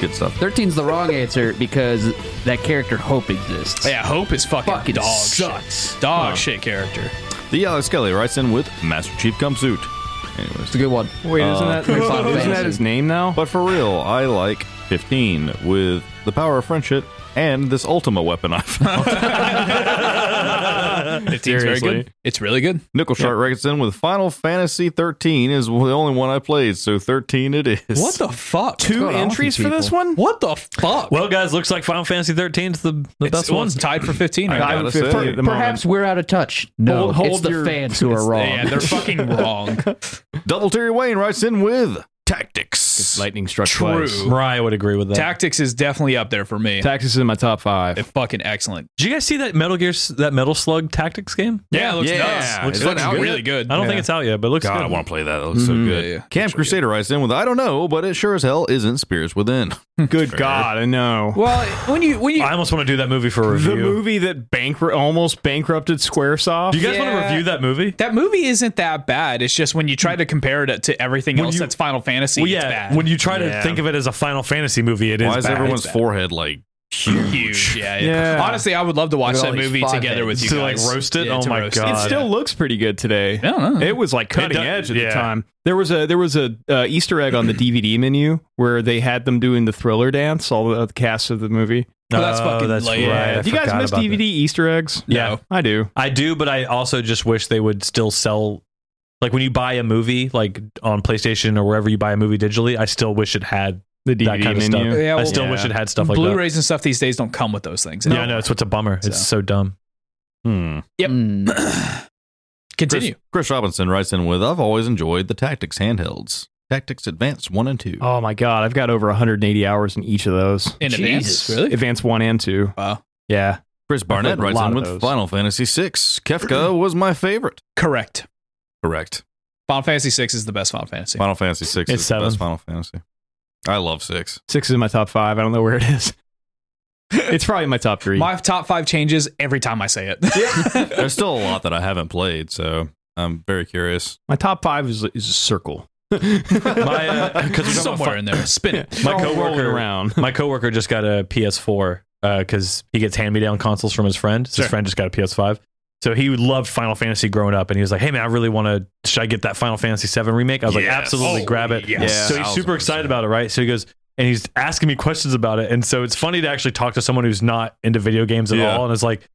Speaker 3: good stuff.
Speaker 6: 13's the wrong answer because that character Hope exists.
Speaker 4: yeah, Hope is fucking,
Speaker 6: Fucking
Speaker 4: dog
Speaker 6: sucks.
Speaker 4: shit. Dog shit character.
Speaker 3: The Alex Kelly writes in with Master Chief Gumsuit. Anyways.
Speaker 6: It's a good one.
Speaker 5: Wait, isn't that
Speaker 6: Final
Speaker 5: isn't that
Speaker 6: Fantasy.
Speaker 5: his name now?
Speaker 3: But for real, I like 15 with the power of friendship and this Ultima weapon I found.
Speaker 4: 15 is very good.
Speaker 5: Seriously.
Speaker 4: It's really good.
Speaker 3: Nickel Shark writes in with Final Fantasy 13 is the only one I played, so 13 it is.
Speaker 4: What the fuck?
Speaker 5: Two
Speaker 6: going on with
Speaker 5: entries
Speaker 6: you
Speaker 5: for this
Speaker 6: people?
Speaker 5: one?
Speaker 4: What the fuck?
Speaker 2: Well, guys, looks like Final Fantasy 13 is the, the
Speaker 4: It's-
Speaker 2: best
Speaker 4: well,
Speaker 2: one.
Speaker 4: It's tied for 15 right
Speaker 3: I
Speaker 4: now.
Speaker 3: gotta
Speaker 5: Per-
Speaker 3: say.
Speaker 5: per-
Speaker 6: Perhaps we're out of touch. No,
Speaker 5: Hold- hold
Speaker 6: it's the
Speaker 5: your-
Speaker 6: fans who are wrong.
Speaker 4: Yeah, they're fucking wrong.
Speaker 3: Double Terry Wayne writes in with Tactics.
Speaker 5: lightning struck
Speaker 4: True.
Speaker 5: twice.
Speaker 2: Right, I would agree with that.
Speaker 4: Tactics is definitely up there for me.
Speaker 5: Taxes is in my top five.
Speaker 4: They're fucking excellent.
Speaker 2: Did you guys see that Metal Gear, S- that Metal Slug Tactics game?
Speaker 4: Yeah, it looks
Speaker 3: Yeah.
Speaker 4: nuts.
Speaker 3: Looks
Speaker 4: Looks
Speaker 3: fucking
Speaker 4: fucking
Speaker 3: good.
Speaker 4: really good.
Speaker 2: I don't think it's out yet, but it looks
Speaker 3: God,
Speaker 2: good.
Speaker 3: I want to play that. That looks so good.
Speaker 4: Yeah, yeah.
Speaker 3: Mm-hmm. Camp Crusader writes in with I don't know, but it sure as hell isn't Spirits Within.
Speaker 5: Good God, I know.
Speaker 4: Well, when you when you
Speaker 2: I almost want to do that movie for a review.
Speaker 5: The movie that bankru- almost bankrupted SquareSoft.
Speaker 2: Do you guys want to
Speaker 4: Yeah.
Speaker 2: review that movie?
Speaker 4: that movie isn't that bad. It's just when you try to compare it to everything else
Speaker 2: you-
Speaker 4: that's Final Fantasy,
Speaker 2: Well,
Speaker 4: it's
Speaker 2: yeah.
Speaker 4: bad.
Speaker 2: When when you try
Speaker 3: Yeah.
Speaker 2: to think of it as a Final Fantasy movie, it is.
Speaker 3: Why is
Speaker 2: bad.
Speaker 3: everyone's
Speaker 2: It's
Speaker 3: forehead like huge?
Speaker 4: huge. Yeah,
Speaker 5: Yeah.
Speaker 4: Honestly, I would love to watch
Speaker 6: Look at
Speaker 4: that
Speaker 6: all these
Speaker 4: movie together
Speaker 6: potheads.
Speaker 4: with you
Speaker 2: To, like,
Speaker 4: guys.
Speaker 2: roast it? Oh my
Speaker 4: roast
Speaker 2: God.
Speaker 5: It still looks pretty good today.
Speaker 4: I don't know.
Speaker 5: It was like cutting
Speaker 2: does-
Speaker 5: edge at
Speaker 2: yeah.
Speaker 5: the time. There was a there was a uh, Easter egg on the DVD menu where they had them doing the Thriller dance. All the, the cast of the movie.
Speaker 2: bad.
Speaker 4: Oh, that's fucking
Speaker 2: that's
Speaker 4: lame.
Speaker 2: right. I
Speaker 5: do you guys
Speaker 2: forgot
Speaker 5: miss
Speaker 2: about that.
Speaker 5: DVD Easter eggs?
Speaker 2: Yeah.
Speaker 4: No.
Speaker 5: I do.
Speaker 2: I do, but I also just wish they would still sell. Like when you buy a movie, like on PlayStation or wherever you buy a movie digitally, I still wish it had
Speaker 5: The DVD
Speaker 2: that kind of
Speaker 5: menu.
Speaker 2: stuff.
Speaker 4: Yeah,
Speaker 2: I
Speaker 4: well-
Speaker 2: still
Speaker 5: Yeah.
Speaker 2: wish it had stuff like
Speaker 4: Blu-rays and stuff these days don't come with those things.
Speaker 2: that. Yeah, I know. It's what's a bummer. It's so dumb.
Speaker 3: Hmm.
Speaker 4: Yep.
Speaker 6: Mm.
Speaker 4: Continue.
Speaker 3: Chris, Chris Robinson writes in with, "I've always enjoyed the Tactics handhelds, Tactics Advance One and Two.
Speaker 5: Oh my god, I've got over 180 hours in each of those.
Speaker 4: In advance, really?
Speaker 5: Advance one and two.
Speaker 4: Wow.
Speaker 5: Yeah.
Speaker 3: Chris Barnett
Speaker 5: played a
Speaker 3: writes
Speaker 5: lot
Speaker 3: in
Speaker 5: of
Speaker 3: with
Speaker 5: those.
Speaker 3: Final Fantasy VI. Kefka was my favorite.
Speaker 4: Correct.
Speaker 3: Correct.
Speaker 4: Final Fantasy VI is the best Final Fantasy.
Speaker 3: Final Fantasy VI
Speaker 2: It's
Speaker 3: is the
Speaker 2: seven.
Speaker 3: best Final Fantasy. I love six.
Speaker 5: Six is in my top five. I don't know where it is. it's probably in my top three.
Speaker 4: My top five changes every time I say it.
Speaker 3: There's still a lot that I haven't played, so I'm very curious.
Speaker 5: my top five is, is a circle.
Speaker 2: My, uh, 'cause we're talking about
Speaker 4: Somewhere in there. Spin it.
Speaker 2: My
Speaker 5: All rolling
Speaker 2: coworker
Speaker 5: around.
Speaker 2: My coworker just got a PS4 because uh, he gets hand-me-down consoles from his friend. So
Speaker 4: Sure.
Speaker 2: His friend just got a PS5. So he loved Final Fantasy growing up, and he was like, "Hey man, I really want to. Should I get that Final Fantasy 7 remake?" I was like,
Speaker 3: Yes.
Speaker 2: "Absolutely,
Speaker 3: Oh,
Speaker 2: grab it."
Speaker 3: yes. Yeah.
Speaker 2: So he's super excited about it, right? So he goes and he's asking me questions about it, and so it's funny to actually talk to someone who's not into video games at
Speaker 3: Yeah.
Speaker 2: all, and it's like.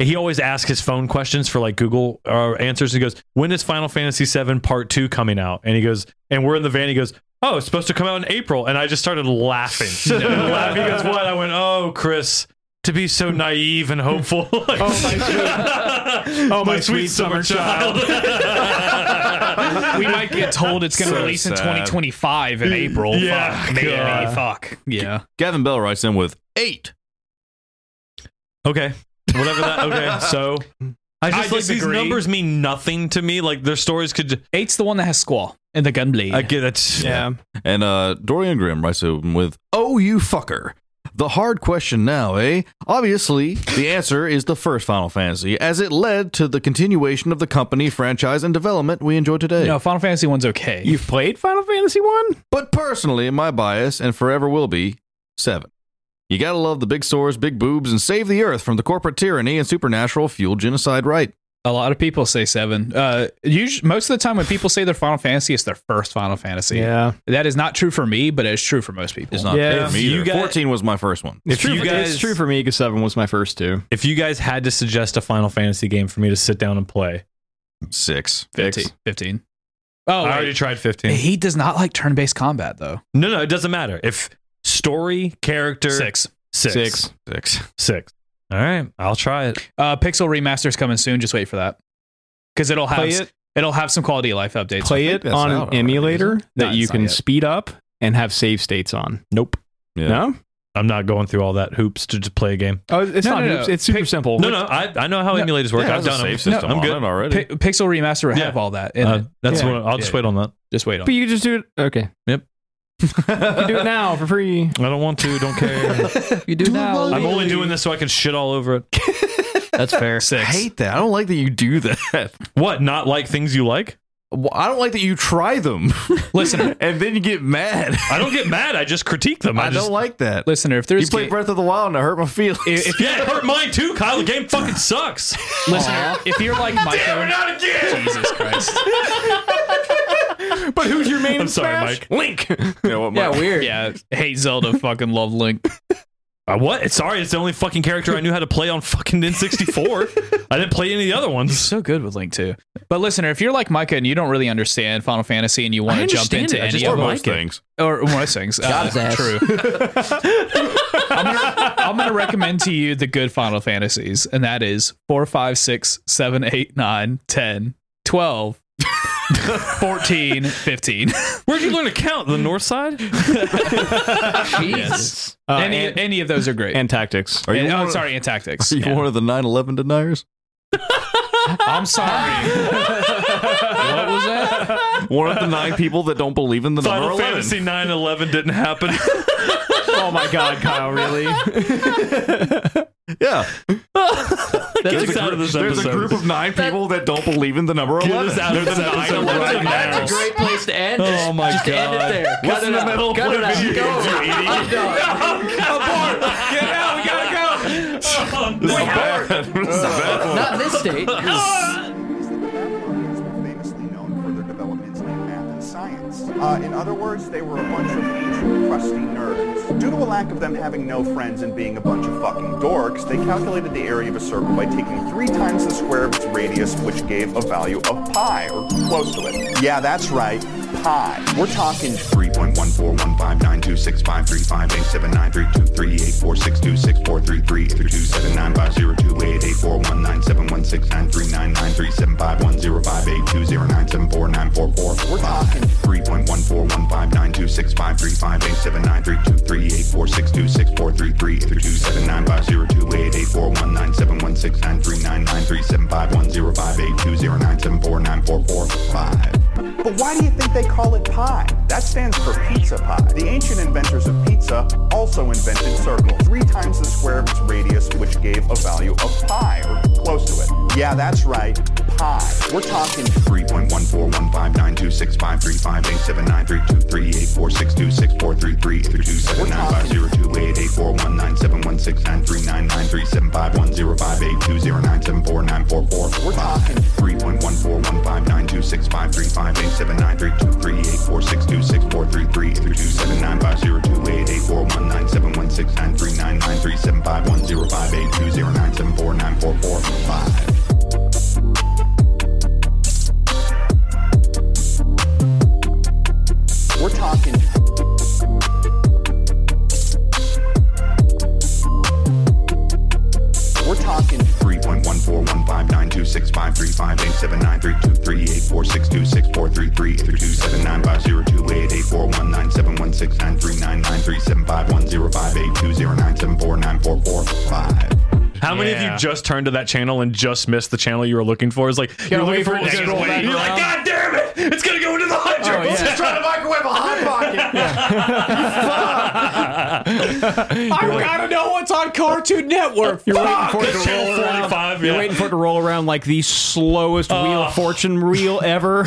Speaker 2: He always asks his phone questions for like Google uh, answers. He goes, "When is Final Fantasy VII Part Two coming out?" And he goes, "And we're in the van." He goes, "Oh, it's supposed to come out in April." And I just started laughing. laughing. He goes, "What?" I went, "Oh, Chris, to be so naive and hopeful." oh my sweet,
Speaker 5: Oh, my sweet summer
Speaker 4: we might get told it's going to
Speaker 3: So
Speaker 4: release in
Speaker 3: sad.
Speaker 4: 2025 in April.
Speaker 2: Yeah,
Speaker 4: fuck. Maybe.
Speaker 2: God.
Speaker 4: Fuck. Yeah.
Speaker 3: Gavin Bell writes in with eight.
Speaker 2: Okay. Whatever that. Okay. So I just like these
Speaker 4: disagree.
Speaker 2: numbers mean nothing to me. Like their stories could.
Speaker 4: Eight's the one that has Squall and the Gunblade.
Speaker 2: I get it.
Speaker 5: yeah.
Speaker 3: And uh, Dorian Grimm writes in with, "Oh, you fucker." The hard question now, eh? Obviously, the answer is the first Final Fantasy, as it led to the continuation of the company, franchise, and development we enjoy today.
Speaker 4: no, Final Fantasy 1's okay.
Speaker 5: You've played Final Fantasy One?
Speaker 3: But personally, my bias, and forever will be, seven. You gotta love the big stores, big boobs, and save the earth from the corporate tyranny and supernatural fuel genocide right.
Speaker 4: A lot of people say seven. Uh, usually, most of the time when people say their Final Fantasy, it's their first Final Fantasy.
Speaker 5: Yeah.
Speaker 4: That is not true for me, but it's true for most people.
Speaker 3: It's not
Speaker 5: Yeah.
Speaker 3: for me
Speaker 2: You
Speaker 3: either.
Speaker 2: got-
Speaker 3: 14 was my first one.
Speaker 2: If
Speaker 5: True
Speaker 2: you
Speaker 5: for-
Speaker 2: guys,
Speaker 5: it's true for me because seven was my first two.
Speaker 2: if you guys had to suggest a Final Fantasy game for me to sit down and play,
Speaker 3: Six.
Speaker 4: 15. 15. Oh,
Speaker 2: I
Speaker 4: wait.
Speaker 2: already tried fifteen.
Speaker 4: he does not like turn-based combat though.
Speaker 2: No, no, it doesn't matter. If story, character,
Speaker 4: Six.
Speaker 2: six,
Speaker 5: Six.
Speaker 3: Six.
Speaker 2: Six. All right, I'll try it.
Speaker 4: Uh, Pixel remasters coming soon. Just wait for that because it'll have
Speaker 5: Play
Speaker 4: it.
Speaker 5: it.
Speaker 4: will have some quality of life updates.
Speaker 5: Play
Speaker 3: I think
Speaker 5: it
Speaker 3: that's
Speaker 5: on
Speaker 3: out
Speaker 5: an
Speaker 3: already,
Speaker 5: emulator
Speaker 3: isn't
Speaker 5: that
Speaker 4: No,
Speaker 5: you
Speaker 4: it's not
Speaker 5: can
Speaker 4: yet.
Speaker 5: speed up and have save states on.
Speaker 2: Nope.
Speaker 3: Yeah.
Speaker 5: No?
Speaker 2: I'm not going through all that hoops to just play a game.
Speaker 5: Oh, it's
Speaker 4: No,
Speaker 5: not.
Speaker 4: no, no.
Speaker 5: It's super simple.
Speaker 2: No, no, I, I know how
Speaker 4: No.
Speaker 2: emulators work.
Speaker 3: Yeah,
Speaker 2: I've
Speaker 3: there's a
Speaker 2: done
Speaker 3: safe
Speaker 2: them.
Speaker 3: system
Speaker 2: No, I'm
Speaker 3: on
Speaker 2: good.
Speaker 3: it already.
Speaker 4: Pi- Pixel remaster will
Speaker 2: Yeah.
Speaker 4: have all that. In
Speaker 2: Uh,
Speaker 4: it.
Speaker 2: that's
Speaker 5: Yeah.
Speaker 2: what I'll just
Speaker 4: Yeah.
Speaker 2: wait on that.
Speaker 4: Just wait on.
Speaker 5: But you can just do it. Okay.
Speaker 2: Yep.
Speaker 5: you can do it now for free.
Speaker 2: I don't want to. Don't care.
Speaker 6: You do, now.
Speaker 2: I'm only doing this so I can shit all over it.
Speaker 6: That's fair.
Speaker 3: I
Speaker 4: Six.
Speaker 3: hate that. I don't like that you do that.
Speaker 2: What? Not like things you like?
Speaker 3: Well, I don't like that you try them.
Speaker 4: Listener.
Speaker 3: and then you get mad.
Speaker 2: I don't get mad. I just critique them.
Speaker 3: I,
Speaker 2: I, just,
Speaker 3: don't like that.
Speaker 4: Listener, if
Speaker 3: You
Speaker 4: there's
Speaker 3: played
Speaker 4: ga-
Speaker 3: Breath of the Wild and it hurt my feelings.
Speaker 4: if,
Speaker 2: Yeah, it hurt mine too, Kyle. The game fucking sucks.
Speaker 4: listener, if you're like Micro,
Speaker 3: not again.
Speaker 4: Jesus Christ.
Speaker 5: But who's your main?
Speaker 2: I'm sorry, Mike.
Speaker 5: Link.
Speaker 3: You know what,
Speaker 6: Yeah,
Speaker 3: Mike?
Speaker 6: weird.
Speaker 4: Yeah, hate Zelda. Fucking love Link.
Speaker 2: Uh, what? Sorry, it's the only fucking character I knew how to play on fucking N64. I didn't play any of the other ones.
Speaker 4: So good with Link too. But listener, if you're like Micah and you don't really understand Final Fantasy and you want
Speaker 2: I
Speaker 4: to jump
Speaker 2: understand
Speaker 4: into
Speaker 2: it, I
Speaker 4: any
Speaker 2: just
Speaker 4: of
Speaker 2: don't
Speaker 4: them,
Speaker 2: like it.
Speaker 3: things.
Speaker 4: or most things.
Speaker 6: God's ass.
Speaker 4: True. I'm, gonna, Uh, I'm gonna recommend to you the good Final Fantasies, and that is 4, 5, 6, 7, 8, 9, 10, 12, 14, 15.
Speaker 2: Where'd you learn to count? The North Side?
Speaker 6: Jesus.
Speaker 4: any, any of those are great.
Speaker 5: Uh, And tactics.
Speaker 3: Are you
Speaker 4: And-
Speaker 3: one
Speaker 4: oh,
Speaker 3: of-
Speaker 4: sorry, and tactics.
Speaker 3: Are you
Speaker 4: Yeah.
Speaker 3: one of the 9 11 deniers?
Speaker 4: I'm sorry.
Speaker 6: What was that?
Speaker 3: One of the nine people that don't believe in the
Speaker 2: Final
Speaker 3: number
Speaker 2: Fantasy 9 11 didn't happen.
Speaker 5: oh my God, Kyle! Really?
Speaker 3: Yeah.
Speaker 6: That's
Speaker 2: us
Speaker 6: a-
Speaker 2: out of this
Speaker 3: There's a
Speaker 2: episode.
Speaker 3: group of nine people that don't believe in the number
Speaker 2: Get
Speaker 3: 11.
Speaker 2: us out of this episode right now.
Speaker 6: That's a great place to end. this.
Speaker 2: Oh my
Speaker 6: Just to end
Speaker 2: God.
Speaker 6: it there. Cut
Speaker 3: in
Speaker 6: it
Speaker 3: the
Speaker 6: out.
Speaker 3: middle of
Speaker 6: Cut it
Speaker 3: what
Speaker 6: out.
Speaker 3: video
Speaker 6: Go.
Speaker 3: games you're eating?
Speaker 6: I'm done.
Speaker 3: This is bad. This is bad.
Speaker 6: Not in this state.
Speaker 8: Babylonians were famously known for their developments in math and science. Uh, in other words, they were a bunch of ancient, crusty nerds. Due to a lack of them having no friends and being a bunch of fucking dorks, they calculated the area of a circle by taking three times the square of its radius, which gave a value of pi, or close to it. Yeah, that's right, pi. We're talking
Speaker 9: 3.141592653587932379502846264332795029937510582097149444.
Speaker 8: We're talking
Speaker 9: 3.141592653587932386426332795028462643327950299445.
Speaker 8: But why do you think they call it pie? That stands for pizza pie. The ancient inventors of pizza also invented circle, three times the square of its radius, which gave a value of pi, or close to it. Yeah, that's right, pi. We're talking
Speaker 9: 3.141592653587932382795028462643327950299375105820974944.
Speaker 8: We're talking
Speaker 9: 3.141592653587932386424332795028462643327950299445.
Speaker 8: We're talking. We're talking.
Speaker 9: 3.14159265358793238642433279502841971693993751058209749445.
Speaker 2: How many of
Speaker 5: Yeah.
Speaker 2: you just turned to that channel and just missed the channel you were looking for? It's like you're looking
Speaker 5: wait
Speaker 2: for
Speaker 5: for
Speaker 2: an
Speaker 5: it to
Speaker 2: extra
Speaker 5: scroll
Speaker 2: one.
Speaker 5: back
Speaker 2: You're like,
Speaker 5: around.
Speaker 2: God damn it! It's gonna go into the hundred.
Speaker 5: Oh, yeah.
Speaker 3: Trying to microwave a hot pocket.
Speaker 5: You're, wait-
Speaker 4: don't know what's on Cartoon Network.
Speaker 5: you're waiting for it to
Speaker 2: Channel
Speaker 5: roll around.
Speaker 2: 45,
Speaker 5: You're
Speaker 2: yeah.
Speaker 5: waiting for it to roll around like the slowest Wheel
Speaker 2: Oh.
Speaker 5: of Fortune reel ever.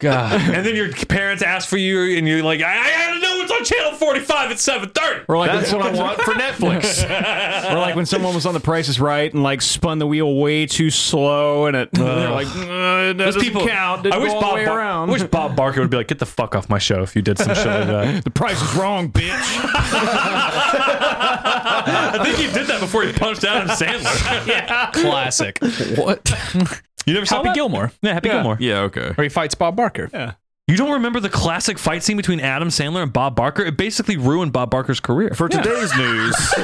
Speaker 2: and then your parents ask for you, and you're like, I, I gotta know what's on channel forty-five at seven thirty.
Speaker 5: Or like
Speaker 3: That's
Speaker 5: when-
Speaker 3: what I want for Netflix.
Speaker 5: or like when someone was on The Price is Right and like spun the wheel way too slow and it they're like "Uh, that doesn't count. Didn't
Speaker 2: I wish
Speaker 5: go all the
Speaker 2: Bob.
Speaker 5: way
Speaker 2: Bar-
Speaker 5: around.
Speaker 2: I wish Bob Barker would be like, get the fuck off my show if you did some shit like that.
Speaker 5: the price is wrong, bitch.
Speaker 2: I think he did that before he punched Adam Sandler.
Speaker 4: Classic.
Speaker 2: You never saw
Speaker 4: Happy
Speaker 2: that?
Speaker 4: Gilmore,
Speaker 2: Yeah, Happy Gilmore.
Speaker 3: yeah, okay.
Speaker 4: where he fights Bob Barker.
Speaker 2: You don't remember the classic fight scene between Adam Sandler and Bob Barker? It basically ruined Bob Barker's career.
Speaker 3: For today's news.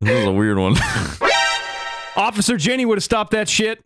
Speaker 3: this is a weird one.
Speaker 5: Officer Jenny would have stopped that shit.